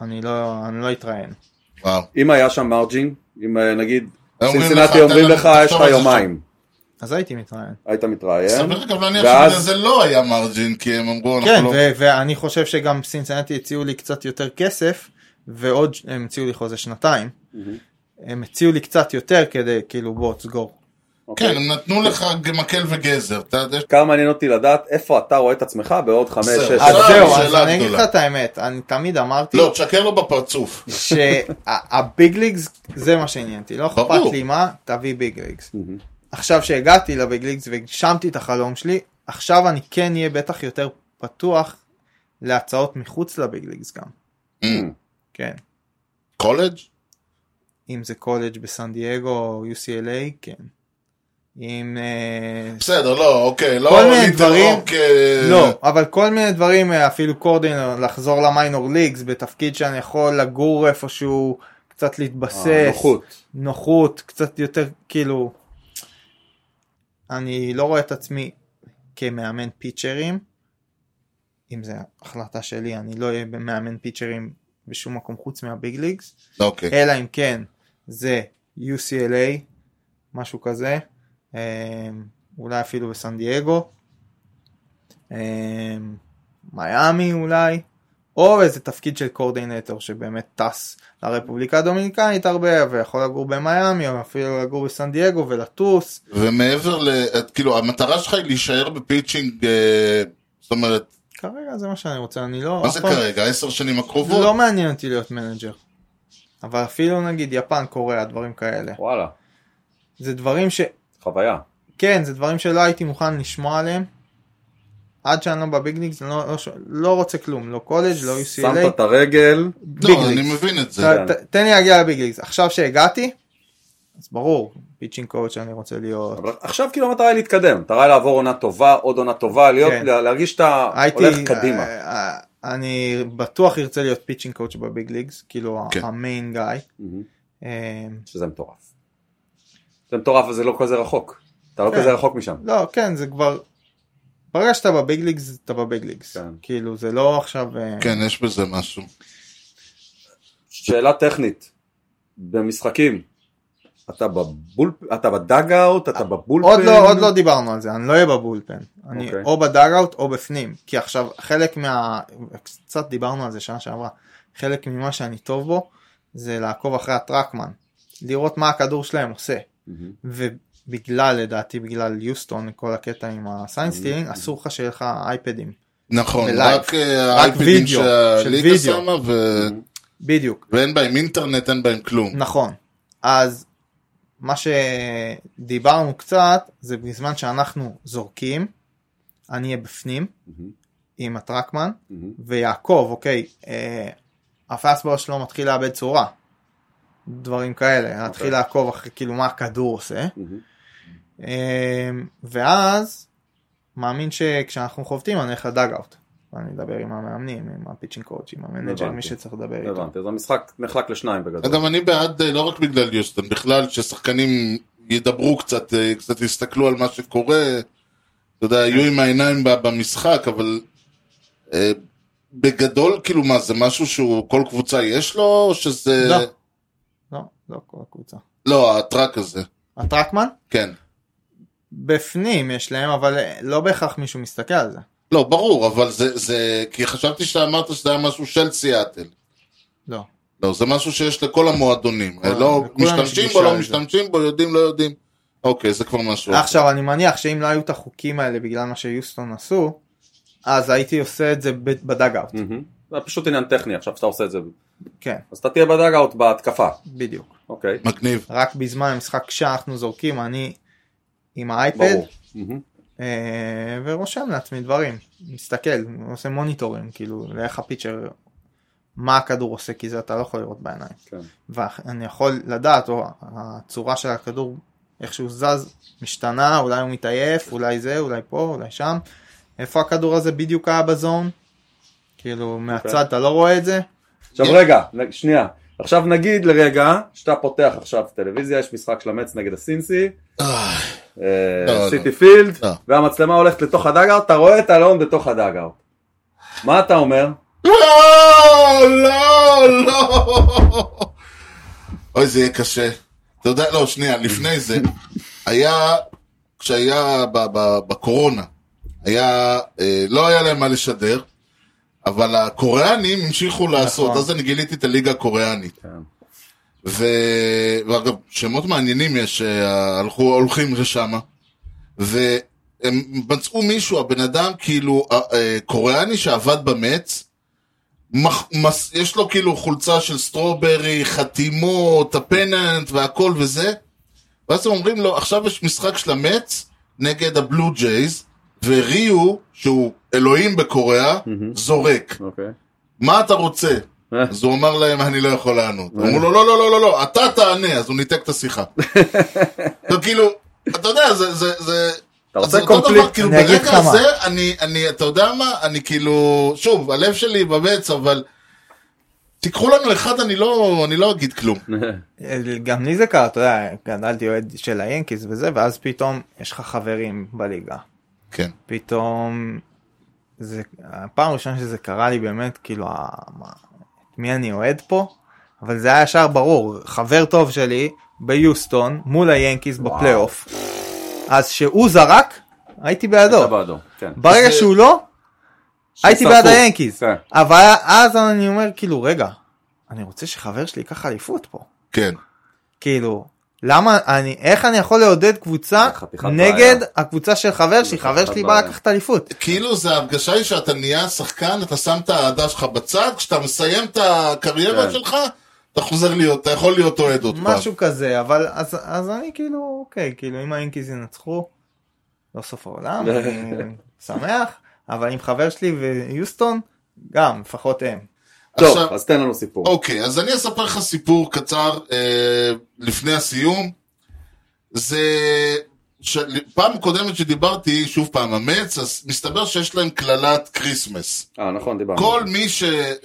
Speaker 5: אני לא, אני לא אתראיין.
Speaker 3: וואו.
Speaker 4: אם היה שם מרג'ינג, אם אה, נגיד
Speaker 3: אומרים לך,
Speaker 4: סינסינטי
Speaker 3: תן
Speaker 4: אומרים
Speaker 3: לנו
Speaker 4: לך
Speaker 3: תכתוב
Speaker 4: יש
Speaker 3: על
Speaker 4: לך
Speaker 3: זה
Speaker 4: יומיים,
Speaker 5: אז הייתי מתראיין.
Speaker 4: היית מתראיין,
Speaker 3: סביר גם להניח
Speaker 4: ואז-
Speaker 3: שבגלל זה לא היה מרג'ין, כי הם אמרו,
Speaker 5: כן,
Speaker 3: אנחנו לא...
Speaker 5: ו- ואני חושב שגם סינסנטי הציעו לי קצת יותר כסף, ועוד, הם הציעו לי חוזה שנתיים. הם הציעו לי קצת יותר כדי, כאילו, בוא, תסגור.
Speaker 4: אוקיי.
Speaker 3: כן, הם נתנו לך מקל וגזר. אתה יודע,
Speaker 4: כמה מעניין אותי לדעת איפה אתה רואה את עצמך בעוד חמש,
Speaker 3: זהו.
Speaker 4: שש,
Speaker 5: אז
Speaker 3: שאלה-
Speaker 5: זהו, אז
Speaker 3: שאלה
Speaker 5: אני אגיד לך
Speaker 3: גדולה.
Speaker 5: את האמת, אני תמיד אמרתי
Speaker 3: לא, תשקר לו בפרצוף.
Speaker 5: שהביג ליגס זה מה שעניין אותי, לא
Speaker 3: ברור.
Speaker 5: אכפת לי מה, תביא ביג ליגס. עכשיו שהגעתי לביג ליגס והגשמתי את החלום שלי, עכשיו אני כן אהיה בטח יותר פתוח להצעות מחוץ לביג ליגס גם, כן.
Speaker 3: קולג'?
Speaker 5: אם זה קולג' בסן דייגו או UCLA, כן. אם... אה,
Speaker 3: בסדר, לא, אוקיי. לא
Speaker 5: כל מיני
Speaker 3: ליטל
Speaker 5: דברים-
Speaker 3: רוק, אה,
Speaker 5: לא, אבל כל מיני דברים, אה, אפילו קורדינר, לחזור למיינור ליגס בתפקיד שאני יכול לגור איפשהו, קצת להתבסס,
Speaker 4: אה, נוחות.
Speaker 5: נוחות, קצת יותר, כאילו... אני לא רואה את עצמי כמאמן פיצ'רים, אם זו החלטה שלי, אני לא אהיה מאמן פיצ'רים בשום מקום חוץ מהביג ליגס,
Speaker 3: אוקיי.
Speaker 5: אלא אם כן זה UCLA, משהו כזה, אה, אולי אפילו בסן דייגו, אה, מיאמי אולי, או איזה תפקיד של קורדינטור שבאמת טס לרפובליקה הדומיניקנית הרבה, ויכול לגור במיאמי, או אפילו לגור בסן דייגו ולטוס,
Speaker 3: ומעבר ל... את- כאילו, המטרה שלך היא להישאר בפיצ'ינג, אה, זאת אומרת,
Speaker 5: כרגע זה מה שאני רוצה, אני לא...
Speaker 3: מה
Speaker 5: אף
Speaker 3: זה
Speaker 5: פעם-
Speaker 3: כרגע? עשר שנים
Speaker 5: זה לא
Speaker 3: הקרובות?
Speaker 5: מעניין אותי להיות מנג'ר. אבל אפילו נגיד יפן, קוריאה, דברים כאלה.
Speaker 4: וואלה,
Speaker 5: זה דברים ש...
Speaker 4: חוויה.
Speaker 5: כן, זה דברים שלא הייתי מוכן לשמוע עליהם. עד שאני לא בביג ליגס, אני לא, לא, ש- לא רוצה כלום, לא קולג', לא
Speaker 4: שמת
Speaker 5: UCLA,
Speaker 4: את הרגל,
Speaker 5: ביג
Speaker 3: לא, אני
Speaker 5: ליגס.
Speaker 3: מבין את זה.
Speaker 5: ת- ת- תן לי להגיע לביג ליגס. עכשיו שהגעתי, אז ברור, פיצ'ינג קוד שאני רוצה להיות.
Speaker 4: אבל עכשיו כאילו המטרה היא להתקדם, המטרה היא לעבור עונה טובה, עוד עונה טובה, להיות,
Speaker 5: כן.
Speaker 4: לה- להרגיש שאתה
Speaker 5: הייתי,
Speaker 4: הולך קדימה.
Speaker 5: אה, אה, אני בטוח ארצה להיות פיצ'ינג קואוצ' בביג ליגס, כאילו ה-
Speaker 3: כן.
Speaker 5: המיין גיא.
Speaker 4: מהמם.
Speaker 5: אה,
Speaker 4: שזה מטורף. זה מטורף וזה לא כזה רחוק. אתה לא
Speaker 5: כן.
Speaker 4: כזה רחוק משם.
Speaker 5: לא, כן, זה כבר... ברגע שאתה בביג ליגס, אתה בביג ליגס.
Speaker 4: כן.
Speaker 5: כאילו, זה לא עכשיו... אה,
Speaker 3: כן, יש בזה משהו.
Speaker 4: שאלה טכנית, במשחקים, אתה בבול, אתה בדאג-אאוט, אתה בבולפן?
Speaker 5: עוד לא, עוד לא דיברנו על זה, אני לא אהיה בבולפן. אני
Speaker 4: אוקיי.
Speaker 5: או בדאגאוט או בפנים. כי עכשיו, חלק מה... קצת דיברנו על זה שנה שעברה. חלק ממה שאני טוב בו, זה לעקוב אחרי הטרקמן. לראות מה הכדור שלהם עושה.
Speaker 4: מהמם.
Speaker 5: ובגלל, לדעתי, בגלל יוסטון, כל הקטע עם הסיינסטילינג, אסור לך שיהיה לך אייפדים.
Speaker 3: נכון,
Speaker 5: בלייב.
Speaker 3: רק אה, האייפדים
Speaker 5: וידאו,
Speaker 3: שהליגה
Speaker 5: של וידאו. Mm-hmm.
Speaker 3: שמה, ו-
Speaker 5: בדיוק.
Speaker 3: ואין בהם אינטרנט, אין בהם כלום.
Speaker 5: נכון. אז מה שדיברנו קצת, זה בזמן שאנחנו זורקים, אני אהיה בפנים
Speaker 4: מהמם.
Speaker 5: עם הטרקמן,
Speaker 4: מהמם.
Speaker 5: ויעקב, אוקיי, אה, הפסטבול שלו מתחיל לאבד צורה. דברים כאלה, נתחיל לעקוב אחרי כאילו מה הכדור עושה.
Speaker 4: אוקיי. מהמם.
Speaker 5: אה, ואז, מאמין שכשאנחנו חובטים אני אלך לדאג-אאוט. ואני אדבר עם המאמנים, עם הפיצ'ינג קואוצ', עם המנג'ר,
Speaker 4: הבנתי.
Speaker 5: מי שצריך לדבר איתו.
Speaker 4: הבנתי, אז המשחק נחלק לשניים בגדול.
Speaker 3: אגב, אני בעד, אה, לא רק בגלל יוסטון, בכלל, ששחקנים ידברו קצת, אה, קצת יסתכלו על מה שקורה, אתה יודע, יהיו עם העיניים ב- במשחק, אבל אה, בגדול, כאילו, מה, זה משהו שהוא, כל קבוצה יש לו, או שזה...
Speaker 5: לא, לא, לא כל הקבוצה.
Speaker 3: לא, הטראק הזה,
Speaker 5: הטרקמן?
Speaker 3: כן.
Speaker 5: בפנים יש להם אבל אה, לא בהכרח מישהו מסתכל על זה.
Speaker 3: לא, ברור, אבל זה, זה... כי חשבתי שאתה אמרת שזה היה משהו של סיאטל.
Speaker 5: לא.
Speaker 3: לא, זה משהו שיש לכל המועדונים.
Speaker 5: כל-
Speaker 3: לא
Speaker 5: אה, לכולם יש
Speaker 3: משתמשים
Speaker 5: גישה
Speaker 3: בו, לא
Speaker 5: לזה.
Speaker 3: משתמשים בו, יודעים, לא יודעים. אוקיי, זה כבר משהו. אחר.
Speaker 5: עכשיו אני מניח שאם לא היו את החוקים האלה בגלל מה שיוסטון עשו אז הייתי עושה את זה ב- בדאגאוט.
Speaker 4: מהמם. זה פשוט עניין טכני עכשיו שאתה עושה את זה.
Speaker 5: כן
Speaker 4: אז אתה תהיה בדאג-אאוט בהתקפה,
Speaker 5: בדיוק.
Speaker 4: אוקיי,
Speaker 3: מגניב.
Speaker 5: רק בזמן המשחק כשאנחנו זורקים אני עם האייפד
Speaker 4: ברור. מהמם.
Speaker 5: אה, ורושם לעצמי דברים. מסתכל עושה מוניטורים כאילו לאיך הפיצ'ר מה הכדור עושה כי זה אתה לא יכול לראות בעיניים.
Speaker 4: כן.
Speaker 5: ואני יכול לדעת, או הצורה של הכדור, איך שהוא זז, משתנה, אולי הוא מתעייף, אולי זה, אולי פה, אולי שם. איפה הכדור הזה בדיוק היה בזון? כאילו,
Speaker 4: אוקיי.
Speaker 5: מהצד אתה לא רואה את זה?
Speaker 3: כן.
Speaker 4: עכשיו רגע, שנייה. עכשיו נגיד לרגע שאתה פותח עכשיו טלוויזיה, יש משחק של המץ נגד הסינסי,
Speaker 3: אה,
Speaker 4: אה,
Speaker 3: לא, לא.
Speaker 4: סיטי פילד,
Speaker 3: לא.
Speaker 4: והמצלמה הולכת לתוך הדאגאוט, אתה רואה את אלון בתוך הדאגאוט. מה אתה אומר?
Speaker 3: לא, לא, לא. אוי, זה יהיה קשה. אתה יודע, לא, שנייה, לפני זה, היה, כשהיה ב- ב- בקורונה, היה, אה, לא היה להם מה לשדר, אבל הקוריאנים המשיכו לעשות, אז אני גיליתי את הליגה הקוריאנית.
Speaker 4: כן.
Speaker 3: ו... ואגב, שמות מעניינים יש שהלכו, הולכים לשם, והם מצאו מישהו, הבן אדם כאילו אה, אה, קוריאני שעבד במץ, מח... מס... יש לו כאילו חולצה של סטרוברי, חתימות, הפננט והכל וזה, ואז הם אומרים לו, עכשיו יש משחק של המץ נגד הבלו ג'ייז, וריו, שהוא אלוהים בקוריאה, זורק.
Speaker 4: אוקיי.
Speaker 3: מה אתה רוצה?
Speaker 4: אה.
Speaker 3: אז הוא אמר להם, אני לא יכול לענות. אמרו לו, לא, לא, לא, לא, לא, אתה תענה, אז הוא ניתק את השיחה. לא, כאילו, אתה יודע, זה, זה, זה...
Speaker 4: אתה
Speaker 3: אז
Speaker 4: רוצה
Speaker 3: אותו דבר,
Speaker 4: קונפליקט?
Speaker 3: כאילו,
Speaker 5: אני אגיד
Speaker 3: ברגע
Speaker 5: לך מה.
Speaker 3: הזה, אני, אני, אתה יודע מה, אני כאילו, שוב, הלב שלי בבץ, אבל... תיקחו לנו אחד, אני לא, אני לא אגיד כלום.
Speaker 5: גם לי זה קרה, אתה יודע, גדלתי אוהד של היאנקיס וזה, ואז פתאום יש לך חברים בליגה.
Speaker 3: כן.
Speaker 5: פתאום, זה, הפעם הראשונה שזה קרה לי באמת, כאילו, ה- מה- את מי אני אוהד פה, אבל זה היה ישר ברור, חבר טוב שלי ביוסטון מול היאנקיס בפלייאוף, אז שהוא זרק, הייתי
Speaker 3: לא.
Speaker 4: אתה
Speaker 5: בעדו,
Speaker 4: בעדו, כן.
Speaker 5: ברגע
Speaker 3: זה-
Speaker 5: שהוא לא, הייתי
Speaker 4: שרפו.
Speaker 5: בעד היאנקיס,
Speaker 4: כן.
Speaker 5: אבל אז אני אומר כאילו רגע, אני רוצה שחבר שלי ייקח אליפות פה,
Speaker 3: כן.
Speaker 5: כאילו. למה אני איך אני יכול לעודד קבוצה
Speaker 4: זה חתיכת
Speaker 5: נגד
Speaker 4: בעיה.
Speaker 5: הקבוצה של חבר שלי
Speaker 4: זה
Speaker 5: חבר
Speaker 4: חתיכת
Speaker 5: שלי בא
Speaker 4: בעיה.
Speaker 5: לקחת אליפות
Speaker 3: כאילו זה ההרגשה היא שאתה נהיה שחקן, אתה שם את האהדה שלך בצד, כשאתה מסיים את הקריירה
Speaker 4: כן.
Speaker 3: שלך, אתה חוזר להיות, אתה יכול להיות אוהד עוד פעם.
Speaker 5: משהו כזה אבל אז אז אני כאילו אוקיי כאילו אם האינקיז ינצחו לא סוף העולם אני שמח אבל עם חבר שלי ויוסטון גם לפחות הם
Speaker 3: עכשיו-
Speaker 4: טוב, אז תן לנו סיפור.
Speaker 3: אוקיי, אז אני אספר לך סיפור קצר אה, לפני הסיום. זה... ש... פעם קודמת שדיברתי, שוב פעם, המץ, אז מסתבר שיש להם קללת כריסמס.
Speaker 4: אה, נכון, דיברנו.
Speaker 3: אוקיי. כל מי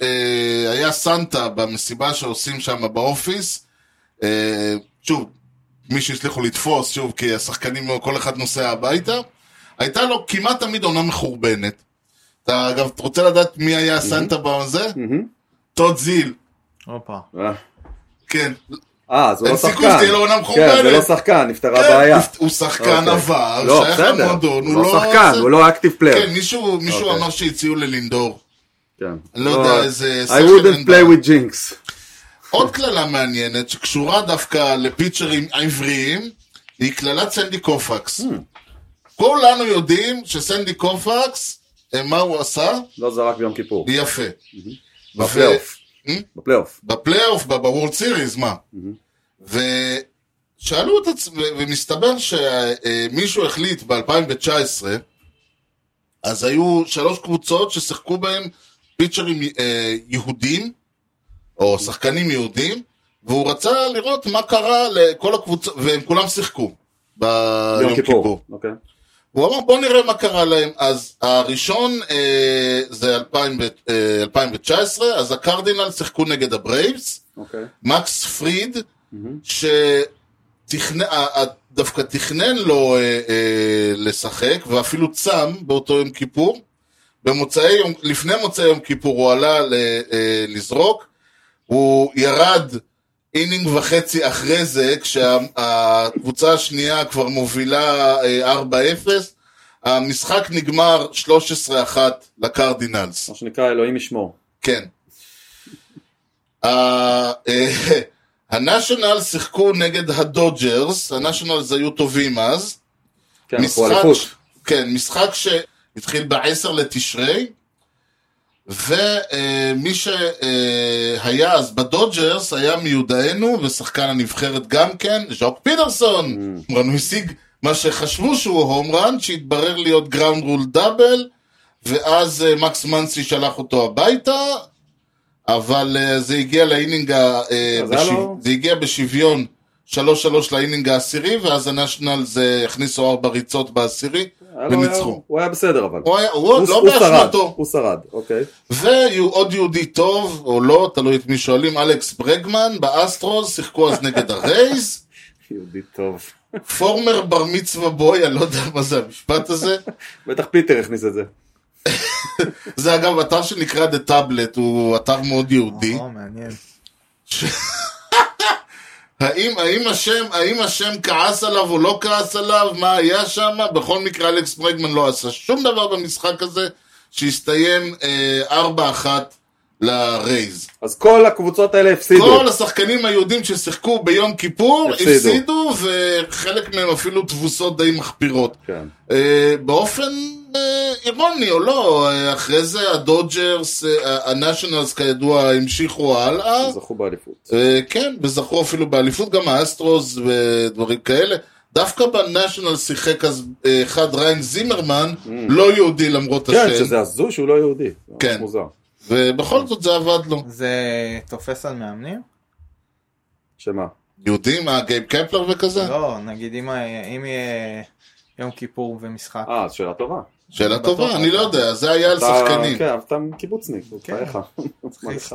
Speaker 3: שהיה סנטה במסיבה שעושים שם באופיס, אה, שוב, מי שהצליחו לתפוס, שוב, כי השחקנים, כל אחד נוסע הביתה, הייתה לו כמעט תמיד עונה מחורבנת. אתה אגב רוצה לדעת מי היה הסנטה בזה?
Speaker 4: מהמם.
Speaker 3: טוד זיל,
Speaker 5: הופה
Speaker 4: אה,
Speaker 3: כן.
Speaker 4: אה, אז הוא
Speaker 3: אין
Speaker 4: לא
Speaker 3: סיכוי
Speaker 4: שחקן.
Speaker 3: שתהיה לו עונה
Speaker 4: כן, זה
Speaker 3: מחורבנת.
Speaker 4: לא שחקן, נפתרה
Speaker 3: כן,
Speaker 4: בעיה.
Speaker 3: הוא שחקן
Speaker 4: אוקיי.
Speaker 3: עבר,
Speaker 4: לא,
Speaker 3: שייך
Speaker 4: בסדר.
Speaker 3: למועדון,
Speaker 4: הוא לא שחקן,
Speaker 3: זה-
Speaker 4: הוא לא אקטיב
Speaker 3: כן,
Speaker 4: פלייר.
Speaker 3: מישהו מישהו
Speaker 4: אוקיי.
Speaker 3: אמר שהציעו ללינדור.
Speaker 4: כן.
Speaker 3: לא יודע איזה
Speaker 4: I
Speaker 3: סשן
Speaker 4: wouldn't
Speaker 3: אין
Speaker 4: play
Speaker 3: בעיה.
Speaker 4: with jinx.
Speaker 3: עוד קללה מעניינת שקשורה דווקא לפיצ'רים עבריים, היא קללת סנדי קופקס.
Speaker 4: Hmm.
Speaker 3: כולנו יודעים שסנדי קופקס, אה, מה הוא עשה?
Speaker 4: לא זרק ביום כיפור.
Speaker 3: יפה.
Speaker 4: בפלייאוף.
Speaker 3: ו-
Speaker 4: בפלייאוף.
Speaker 3: בפלייאוף, ב- בוורלד סיריס, מה? ושאלו את עצמם, ומסתבר שמישהו החליט ב-2019, אז היו שלוש קבוצות ששיחקו בהן פיצ'רים אה, יהודים, או שחקנים יהודים, והוא רצה לראות מה קרה לכל הקבוצות, והם כולם שיחקו ביום
Speaker 4: יום
Speaker 3: כיפור.
Speaker 4: כיפור. אוקיי.
Speaker 3: הוא אמר בוא נראה מה קרה להם, אז הראשון אה, זה 2000, ו- אה, 2019, אז הקרדינל שיחקו נגד הברייבס,
Speaker 4: אוקיי.
Speaker 3: מקס פריד, שתכנן, דווקא תכנן לו אה, אה, לשחק, ואפילו צם באותו יום כיפור. במוצאי יום, לפני מוצאי יום כיפור הוא עלה ל, אה, לזרוק, הוא ירד אינינג וחצי אחרי זה, כשהקבוצה השנייה כבר מובילה אה, 4-0, המשחק נגמר 13-1 לקרדינלס.
Speaker 4: מה שנקרא אלוהים ישמור.
Speaker 3: כן. ה- אה, הנשיונל שיחקו נגד הדודג'רס, הנשיונלס היו טובים אז.
Speaker 4: כן,
Speaker 3: משחק-
Speaker 4: אנחנו אליפות.
Speaker 3: כן, משחק שהתחיל ב-10 לתשרי, אה, ומי שהיה אה, אז בדודג'רס היה מיודענו ושחקן הנבחרת גם כן, ז'וק פיטרסון.
Speaker 4: Mm.
Speaker 3: כלומר, הוא השיג מה שחשבו שהוא הום רן, שהתברר להיות גראונד רול דאבל, ואז אה, מקס מנסי שלח אותו הביתה, אבל אה, זה הגיע לאינינג, ה- אה,
Speaker 4: אז היה
Speaker 3: בשו-
Speaker 4: לו-
Speaker 3: זה הגיע בשוויון 3-3 לאינינג העשירי, ואז הנשיונל זה הכניסו ארבע ריצות בעשירי,
Speaker 4: היה לו-
Speaker 3: וניצחו.
Speaker 4: הוא היה בסדר אבל.
Speaker 3: הוא היה, הוא
Speaker 4: הוא-
Speaker 3: לא
Speaker 4: הוא שרד,
Speaker 3: באשמתו.
Speaker 4: הוא שרד, אוקיי.
Speaker 3: ועוד יהודי טוב, או לא, תלוי את מי שואלים, אלכס ברגמן באסטרוס, שיחקו אז נגד הרייז,
Speaker 4: יהודי טוב.
Speaker 3: פורמר בר מצווה בוי, אני לא יודע מה זה המשפט הזה.
Speaker 4: בטח פיטר הכניס את זה.
Speaker 3: זה אגב אתר שנקרא דה טאבלט, הוא אתר מאוד יהודי.
Speaker 5: או, לא, מעניין
Speaker 3: האם, האם, השם, האם השם כעס עליו או לא כעס עליו, מה היה שם? בכל מקרה אלכס ברגמן לא עשה שום דבר במשחק הזה, שהסתיים אה, 4-1 לרייז.
Speaker 4: אז כל הקבוצות האלה הפסידו.
Speaker 3: כל השחקנים היהודים ששיחקו ביום כיפור
Speaker 4: הפסידו.
Speaker 3: הפסידו, וחלק מהם אפילו תבוסות די מחפירות.
Speaker 4: כן.
Speaker 3: אה, באופן אה, אירוני או לא, אה, אחרי זה הדודג'רס, אה, הנשיונלס כידוע המשיכו הלאה.
Speaker 4: זכו באליפות.
Speaker 3: אה, כן, וזכו אפילו באליפות, גם האסטרוס ודברים כאלה. דווקא בנשיונל שיחק אז אה, אחד ריין זימרמן, לא יהודי למרות
Speaker 4: Mm. כן,
Speaker 3: השם,
Speaker 4: שזה הזוי שהוא לא יהודי. זה ממש
Speaker 3: כן.
Speaker 4: מוזר.
Speaker 3: ובכל זאת זה עבד לו.
Speaker 5: זה תופס על מאמנים
Speaker 4: שמה?
Speaker 3: יהודי מה, גייב
Speaker 4: לא,
Speaker 3: קפלר וכזה?
Speaker 5: לא נגיד אם ה- אם יהיה יום כיפור ומשחק
Speaker 4: אה, אז שאלה טובה.
Speaker 3: שאלה טובה, אני לא יודע, זה היה על
Speaker 4: אתה-
Speaker 3: שחקנים.
Speaker 4: כן, אבל אתה קיבוצניק, הוא
Speaker 5: כן.
Speaker 4: חייך.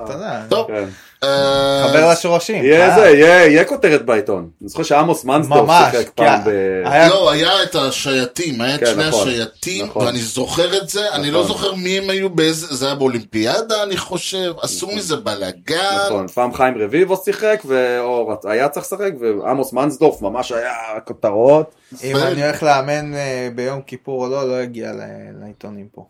Speaker 5: אתה יודע,
Speaker 3: טוב,
Speaker 4: כן.
Speaker 3: אה,
Speaker 5: חבר לשורשים.
Speaker 4: יהיה
Speaker 5: אה,
Speaker 4: זה, יהיה יהיה כותרת בעיתון. אני זוכר שעמוס מנסדורף
Speaker 5: ממש,
Speaker 4: שיחק
Speaker 5: כן.
Speaker 4: פעם ב...
Speaker 5: היה-
Speaker 3: לא, היה את השייטים, היה את
Speaker 4: כן,
Speaker 3: שני
Speaker 4: נכון,
Speaker 3: השייטים,
Speaker 4: נכון.
Speaker 3: ואני זוכר את זה, אני לא זוכר מי הם היו באיזה, זה היה באולימפיאדה, אני חושב, עשו מזה בלאגן.
Speaker 4: נכון, פעם חיים רביבו שיחק, ואור היה צריך לשחק, ועמוס מנסדורף ממש היה כותרות.
Speaker 5: אם
Speaker 3: בסדר.
Speaker 5: אני הולך לאמן אה, ביום כיפור או לא, לא אגיע ל- לעיתונים פה.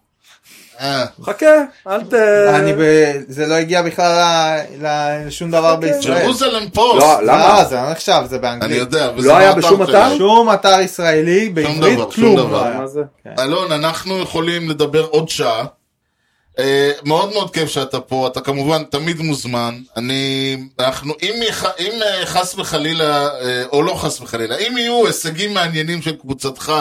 Speaker 3: אה,
Speaker 4: חכה, אל ת...
Speaker 5: אני ב- זה לא הגיע בכלל ל- ל- לשום דבר
Speaker 3: אוקיי.
Speaker 5: בישראל.
Speaker 3: ג'רוזלם פוסט,
Speaker 4: לא, למה?
Speaker 5: לא, זה לא נחשב, זה
Speaker 3: אני
Speaker 5: באנגלית.
Speaker 3: יודע, וזה
Speaker 4: לא היה
Speaker 3: לא
Speaker 4: בשום
Speaker 3: אתר
Speaker 4: אתר?
Speaker 3: כזה.
Speaker 5: שום אתר ישראלי בעברית
Speaker 3: דבר, שום
Speaker 5: כלום.
Speaker 3: דבר.
Speaker 5: לא היה.
Speaker 4: מה זה?
Speaker 3: אלון, אנחנו יכולים לדבר עוד שעה. אה, מאוד מאוד כיף שאתה פה, אתה כמובן תמיד מוזמן. אני, אנחנו, אם, יח- אם אה, חס וחלילה, אה, או לא חס וחלילה, אם יהיו הישגים מעניינים של קבוצתך,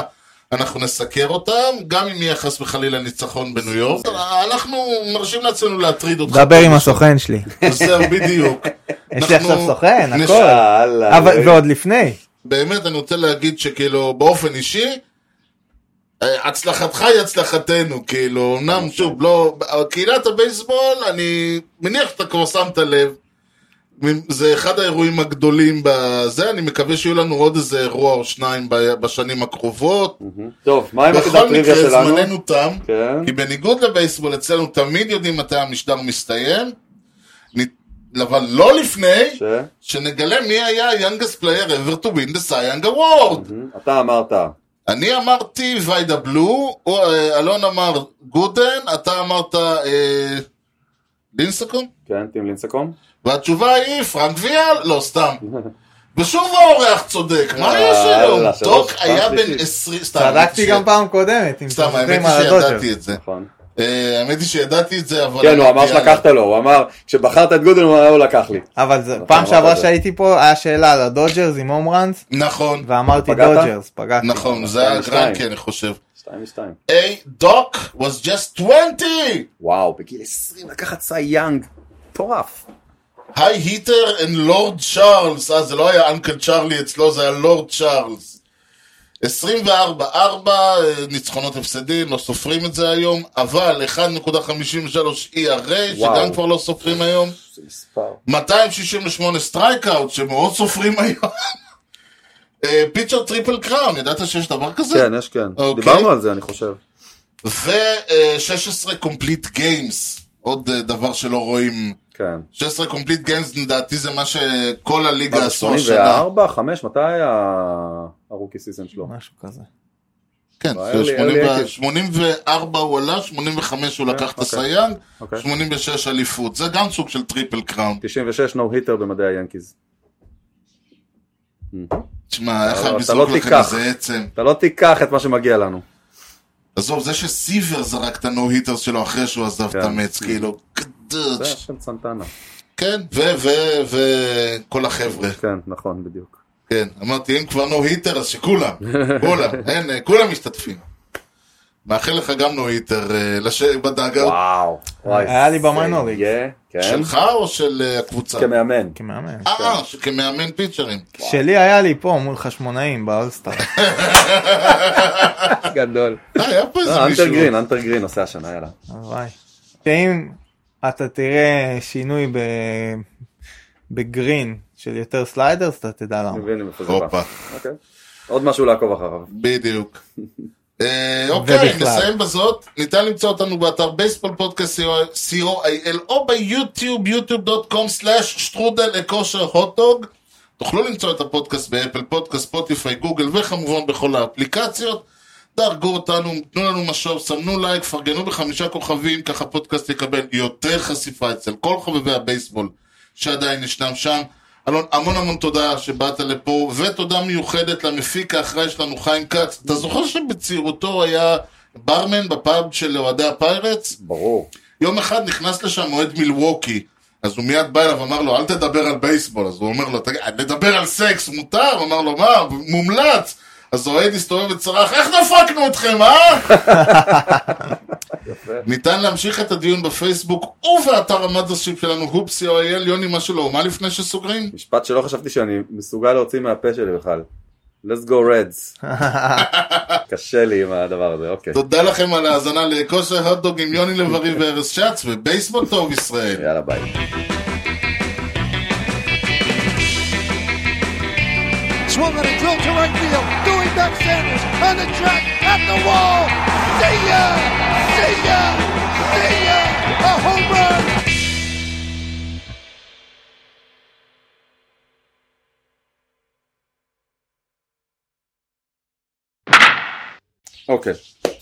Speaker 3: אנחנו נסקר אותם, גם אם יהיה חס וחלילה ניצחון בניו יורק. אנחנו מרשים לעצמנו להטריד אותך.
Speaker 5: כן. דבר עם הסוכן שלי.
Speaker 3: זהו, בדיוק.
Speaker 5: יש לי עכשיו סוכן,
Speaker 3: נש- אה,
Speaker 5: הכל.
Speaker 4: יאללה,
Speaker 5: אבל-
Speaker 4: אלוהים.
Speaker 5: ועוד לפני.
Speaker 3: באמת, אני רוצה להגיד שכאילו, באופן אישי, אה, הצלחתך היא הצלחתנו, כאילו,
Speaker 4: נכון.
Speaker 3: אמנם שוב, לא, קהילת הבייסבול, אני מניח שאתה כבר שמת לב, מ- זה אחד האירועים הגדולים בזה, אני מקווה שיהיו לנו עוד איזה אירוע או שניים ב- בשנים הקרובות.
Speaker 4: טוב, מה עם עתיד
Speaker 3: בכל
Speaker 4: הטריוויה
Speaker 3: מקרה,
Speaker 4: שלנו?
Speaker 3: זמננו תם.
Speaker 4: כן.
Speaker 3: כי בניגוד לבייסבול, אצלנו תמיד יודעים מתי המשדר מסתיים, נ- אבל לא לפני
Speaker 4: ש...
Speaker 3: שנגלה מי היה ה-youngest player ever to win the Cy Young Award.
Speaker 4: אתה אמרת.
Speaker 3: אני אמרתי ויידה בלו, או, אה, אלון אמר גודן, אתה אמרת אה, לינסקום?
Speaker 4: כן, טים לינסקום?
Speaker 3: והתשובה היא פרנק ויאל, לא סתם. ושוב האורח צודק,
Speaker 4: אה,
Speaker 3: מה יש היום?
Speaker 4: יאללה, שלוש,
Speaker 3: דוק
Speaker 4: פעם
Speaker 3: היה בן
Speaker 4: שלישית.
Speaker 3: עשרים, סתם.
Speaker 5: צדקתי
Speaker 3: ש-
Speaker 5: גם פעם קודמת. אם
Speaker 3: אה, סתם,
Speaker 5: אתם
Speaker 3: האמת
Speaker 5: זוכרים,
Speaker 3: היא
Speaker 5: על הדודג'רס.
Speaker 3: שידעתי את זה.
Speaker 4: נכון.
Speaker 3: אה, האמת היא שידעתי את זה, אבל...
Speaker 4: כן, הוא אמר
Speaker 3: יאללה.
Speaker 4: שלקחת לו, הוא אמר, כשבחרת את גודל הוא אמר, הוא לקח לי.
Speaker 5: אבל זה-
Speaker 4: נכון,
Speaker 5: פעם שעברה
Speaker 4: אמרת את זה.
Speaker 5: שהייתי פה, היה שאלה על הדודג'רס עם הום ראנס,
Speaker 3: נכון,
Speaker 5: ואמרתי
Speaker 4: פגעת?
Speaker 5: דודג'רס, פגעתי.
Speaker 3: נכון, זה
Speaker 4: שתיים,
Speaker 3: היה
Speaker 4: שתיים.
Speaker 3: גרנקי, אני חושב.
Speaker 4: שתיים ושתיים.
Speaker 3: היי, דוק was just 20!
Speaker 4: וואו, בגיל 20 לקחת סי יאנג. מטורף.
Speaker 3: היי היטר אנד לורד צ'ארלס, אה זה לא היה אנקל צ'ארלי אצלו, זה היה לורד צ'ארלס. 24-4, אה, ניצחונות הפסדים, לא סופרים את זה היום, אבל 1.53 ERA,
Speaker 4: וואו.
Speaker 3: E שגם כבר לא סופרים היום,
Speaker 4: זה מספר.
Speaker 3: 268 סטרייקאוט, שמאוד סופרים היום. אה, פיצ'ר טריפל קראון, ידעת שיש דבר כזה?
Speaker 4: כן, יש כן.
Speaker 3: אוקיי.
Speaker 4: דיברנו על זה, אני חושב.
Speaker 3: אה, ו-16 קומפליט גיימס, עוד אה, דבר שלא רואים.
Speaker 4: כן.
Speaker 3: 16 קומפליט גיימס לדעתי זה מה שכל הליגה עשו השנה.
Speaker 4: 84, 5, מתי היה הרוקי סיזן שלו?
Speaker 5: משהו כזה.
Speaker 3: כן,
Speaker 4: לא,
Speaker 3: זה
Speaker 4: אלי-
Speaker 3: 80
Speaker 4: אלי
Speaker 3: ו-
Speaker 4: עקב.
Speaker 3: 84 הוא עלה, 85 הוא לקח את
Speaker 4: אוקיי.
Speaker 3: הסייג,
Speaker 4: אוקיי.
Speaker 3: 86 אליפות. זה גם סוג של טריפל קראון.
Speaker 4: 96 נו היטר במדעי היאנקיז.
Speaker 3: תשמע, איך
Speaker 4: אבל
Speaker 3: היה
Speaker 4: אתה
Speaker 3: לזרוק
Speaker 4: לא
Speaker 3: לכם
Speaker 4: תיקח.
Speaker 3: איזה עצם.
Speaker 4: אתה לא תיקח את מה שמגיע לנו.
Speaker 3: עזוב, זה שסיבר זרק את הנו היטרס שלו אחרי שהוא עזב את
Speaker 4: כן.
Speaker 3: המץ, כאילו,
Speaker 4: זה
Speaker 3: קדוש.
Speaker 4: השם סנטנה.
Speaker 3: כן, ו- ו- וכל החבר'ה.
Speaker 4: כן, נכון, בדיוק.
Speaker 3: כן, אמרתי, אם כבר נו היטר, אז שכולם, כולם, אין, אה, כולם משתתפים. מאחל לך גם נו היטר, אה, לש- בדאגה
Speaker 4: וואו. וואי,
Speaker 5: היה לי
Speaker 4: זה
Speaker 5: במינור ליג.
Speaker 4: יהיה, כן.
Speaker 3: שלך או של אה, הקבוצה?
Speaker 4: כמאמן.
Speaker 5: כמאמן.
Speaker 3: אה, ש- כמאמן פיצ'רים.
Speaker 5: שלי היה לי פה מול חשמונאים באולסטאר.
Speaker 4: גדול.
Speaker 3: אה, היה פה איזה
Speaker 4: אנטר
Speaker 3: מישהו.
Speaker 4: לא, גרין, אנטר גרין עושה השנה, יאללה.
Speaker 5: הלוואי. שאם אתה תראה שינוי ב... בגרין של יותר סליידרס, אתה תדע
Speaker 4: אני
Speaker 5: למה.
Speaker 4: מבין מאיפה זה
Speaker 3: הופה,
Speaker 4: בא. אוקיי. עוד משהו לעקוב אחריו.
Speaker 3: בדיוק. אה, אוקיי,
Speaker 5: ובכלל.
Speaker 3: נסיים בזאת. ניתן למצוא אותנו באתר בייסבול פודקאסט co.il או ביוטיוב, yוטיוב.com/שטרודל אקושר הוטדוג. תוכלו למצוא את הפודקאסט באפל פודקאסט, ספוטיפיי, גוגל וכמובן בכל האפליקציות. דרגו אותנו, תנו לנו משוב, סמנו לייק, פרגנו בחמישה כוכבים, ככה הפודקאסט יקבל יותר חשיפה אצל כל חובבי הבייסבול שעדיין ישנם שם. אלון, המון המון תודה שבאת לפה, ותודה מיוחדת למפיק האחראי שלנו, חיים כץ. אתה זוכר שבצעירותו היה ברמן בפאב של אוהדי הפיירטס?
Speaker 4: ברור.
Speaker 3: יום אחד נכנס לשם אוהד מילווקי, אז הוא מיד בא אליו, אמר לו, אל תדבר על בייסבול. אז הוא אומר לו, תגיד, לדבר על סקס מותר? הוא אמר לו, מה? מומלץ. אז האוהד הסתובב וצרח, איך דפקנו אתכם, אה? ניתן להמשיך את הדיון בפייסבוק ובאתר המאדרשיפ שלנו, הופסי או אייל, יוני, משהו לא, מה לפני שסוגרים?
Speaker 4: משפט שלא חשבתי שאני מסוגל להוציא מהפה שלי בכלל. let's go reds. קשה לי עם הדבר הזה, אוקיי.
Speaker 3: תודה לכם על ההאזנה לכושר הוטדוג עם יוני לב-ארי וארז שץ ובייסבול טוב ישראל.
Speaker 4: יאללה ביי.
Speaker 8: Swung on a drill to right field. Doing back Sanders on the track at the wall. See ya! See ya! See ya! A home run!
Speaker 4: אוקיי.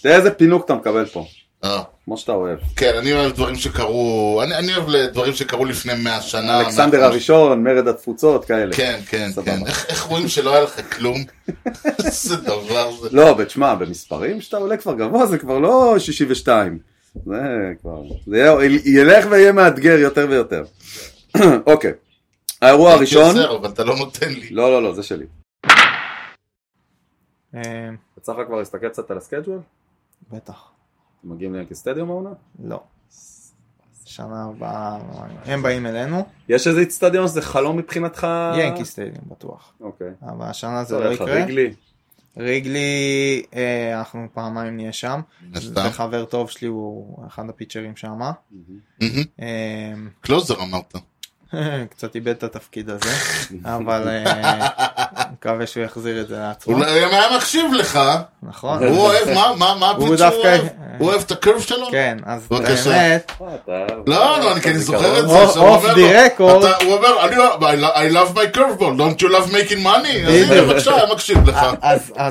Speaker 4: תראה איזה פינוק אתה מקבל פה,
Speaker 3: אה,
Speaker 4: כמו שאתה אוהב.
Speaker 3: כן, אני אוהב דברים שקרו, אני אני אוהב דברים שקרו לפני 100 שנה.
Speaker 4: אלכסנדר
Speaker 3: אנחנו-
Speaker 4: הראשון, מרד התפוצות, כאלה.
Speaker 3: נכון. כן, כן,
Speaker 4: סבבה.
Speaker 3: כן. איך- איך רואים שלא היה לך כלום? איזה דבר זה.
Speaker 4: לא, ותשמע, במספרים שאתה עולה כבר גבוה זה כבר לא 62. זה כבר... זה יהיה- ילך ויהיה מאתגר יותר ויותר. אוקיי. האירוע
Speaker 3: הייתי
Speaker 4: הראשון...
Speaker 3: עוזר, אבל אתה לא נותן לי.
Speaker 4: לא, לא, לא, זה שלי.
Speaker 5: אה,
Speaker 4: יצא לך כבר להסתכל קצת על הסקייג'ואל?
Speaker 5: בטח.
Speaker 4: אתם מגיעים ליאנקי סטדיום העונה?
Speaker 5: לא. שנה הבאה, הם באים אלינו,
Speaker 4: יש איזה איצטדיון שזה חלום מבחינתך?
Speaker 5: ינקי סטדיום בטוח.
Speaker 4: אוקיי.
Speaker 5: אבל השנה זה
Speaker 4: טוב,
Speaker 5: לא
Speaker 4: לך
Speaker 5: יקרה.
Speaker 4: ריגלי.
Speaker 5: ריגלי, אה, אנחנו פעמיים נהיה שם.
Speaker 3: מן הסתם.
Speaker 5: זה חבר טוב שלי, הוא אחד הפיצ'רים שם. אה,
Speaker 3: מהמם. קלוזר אמרת.
Speaker 5: קצת איבד את התפקיד הזה, אבל אה, מקווה שהוא יחזיר את זה לעצמו.
Speaker 3: אולי אם לא, היה מקשיב לך,
Speaker 5: נכון.
Speaker 3: הוא אוהב, מה- מה מה
Speaker 5: הוא
Speaker 3: הפיצ'ר הוא
Speaker 5: דווקא-
Speaker 3: אוהב? הוא אוהב את הקרב שלו?
Speaker 5: כן, אז את
Speaker 3: בבקשה.
Speaker 5: האמת,
Speaker 4: אה, אתה-
Speaker 3: לא, לא, אני כן זוכר את זה.
Speaker 5: אוף-
Speaker 3: שהוא אומר
Speaker 5: אוף
Speaker 3: לו-
Speaker 5: the record.
Speaker 3: אתה- הוא אומר, "אני- I love my curveball, don't you love making money? אז
Speaker 5: בדיוק.
Speaker 3: הנה, בבקשה, אני מקשיב לך.
Speaker 5: אז אז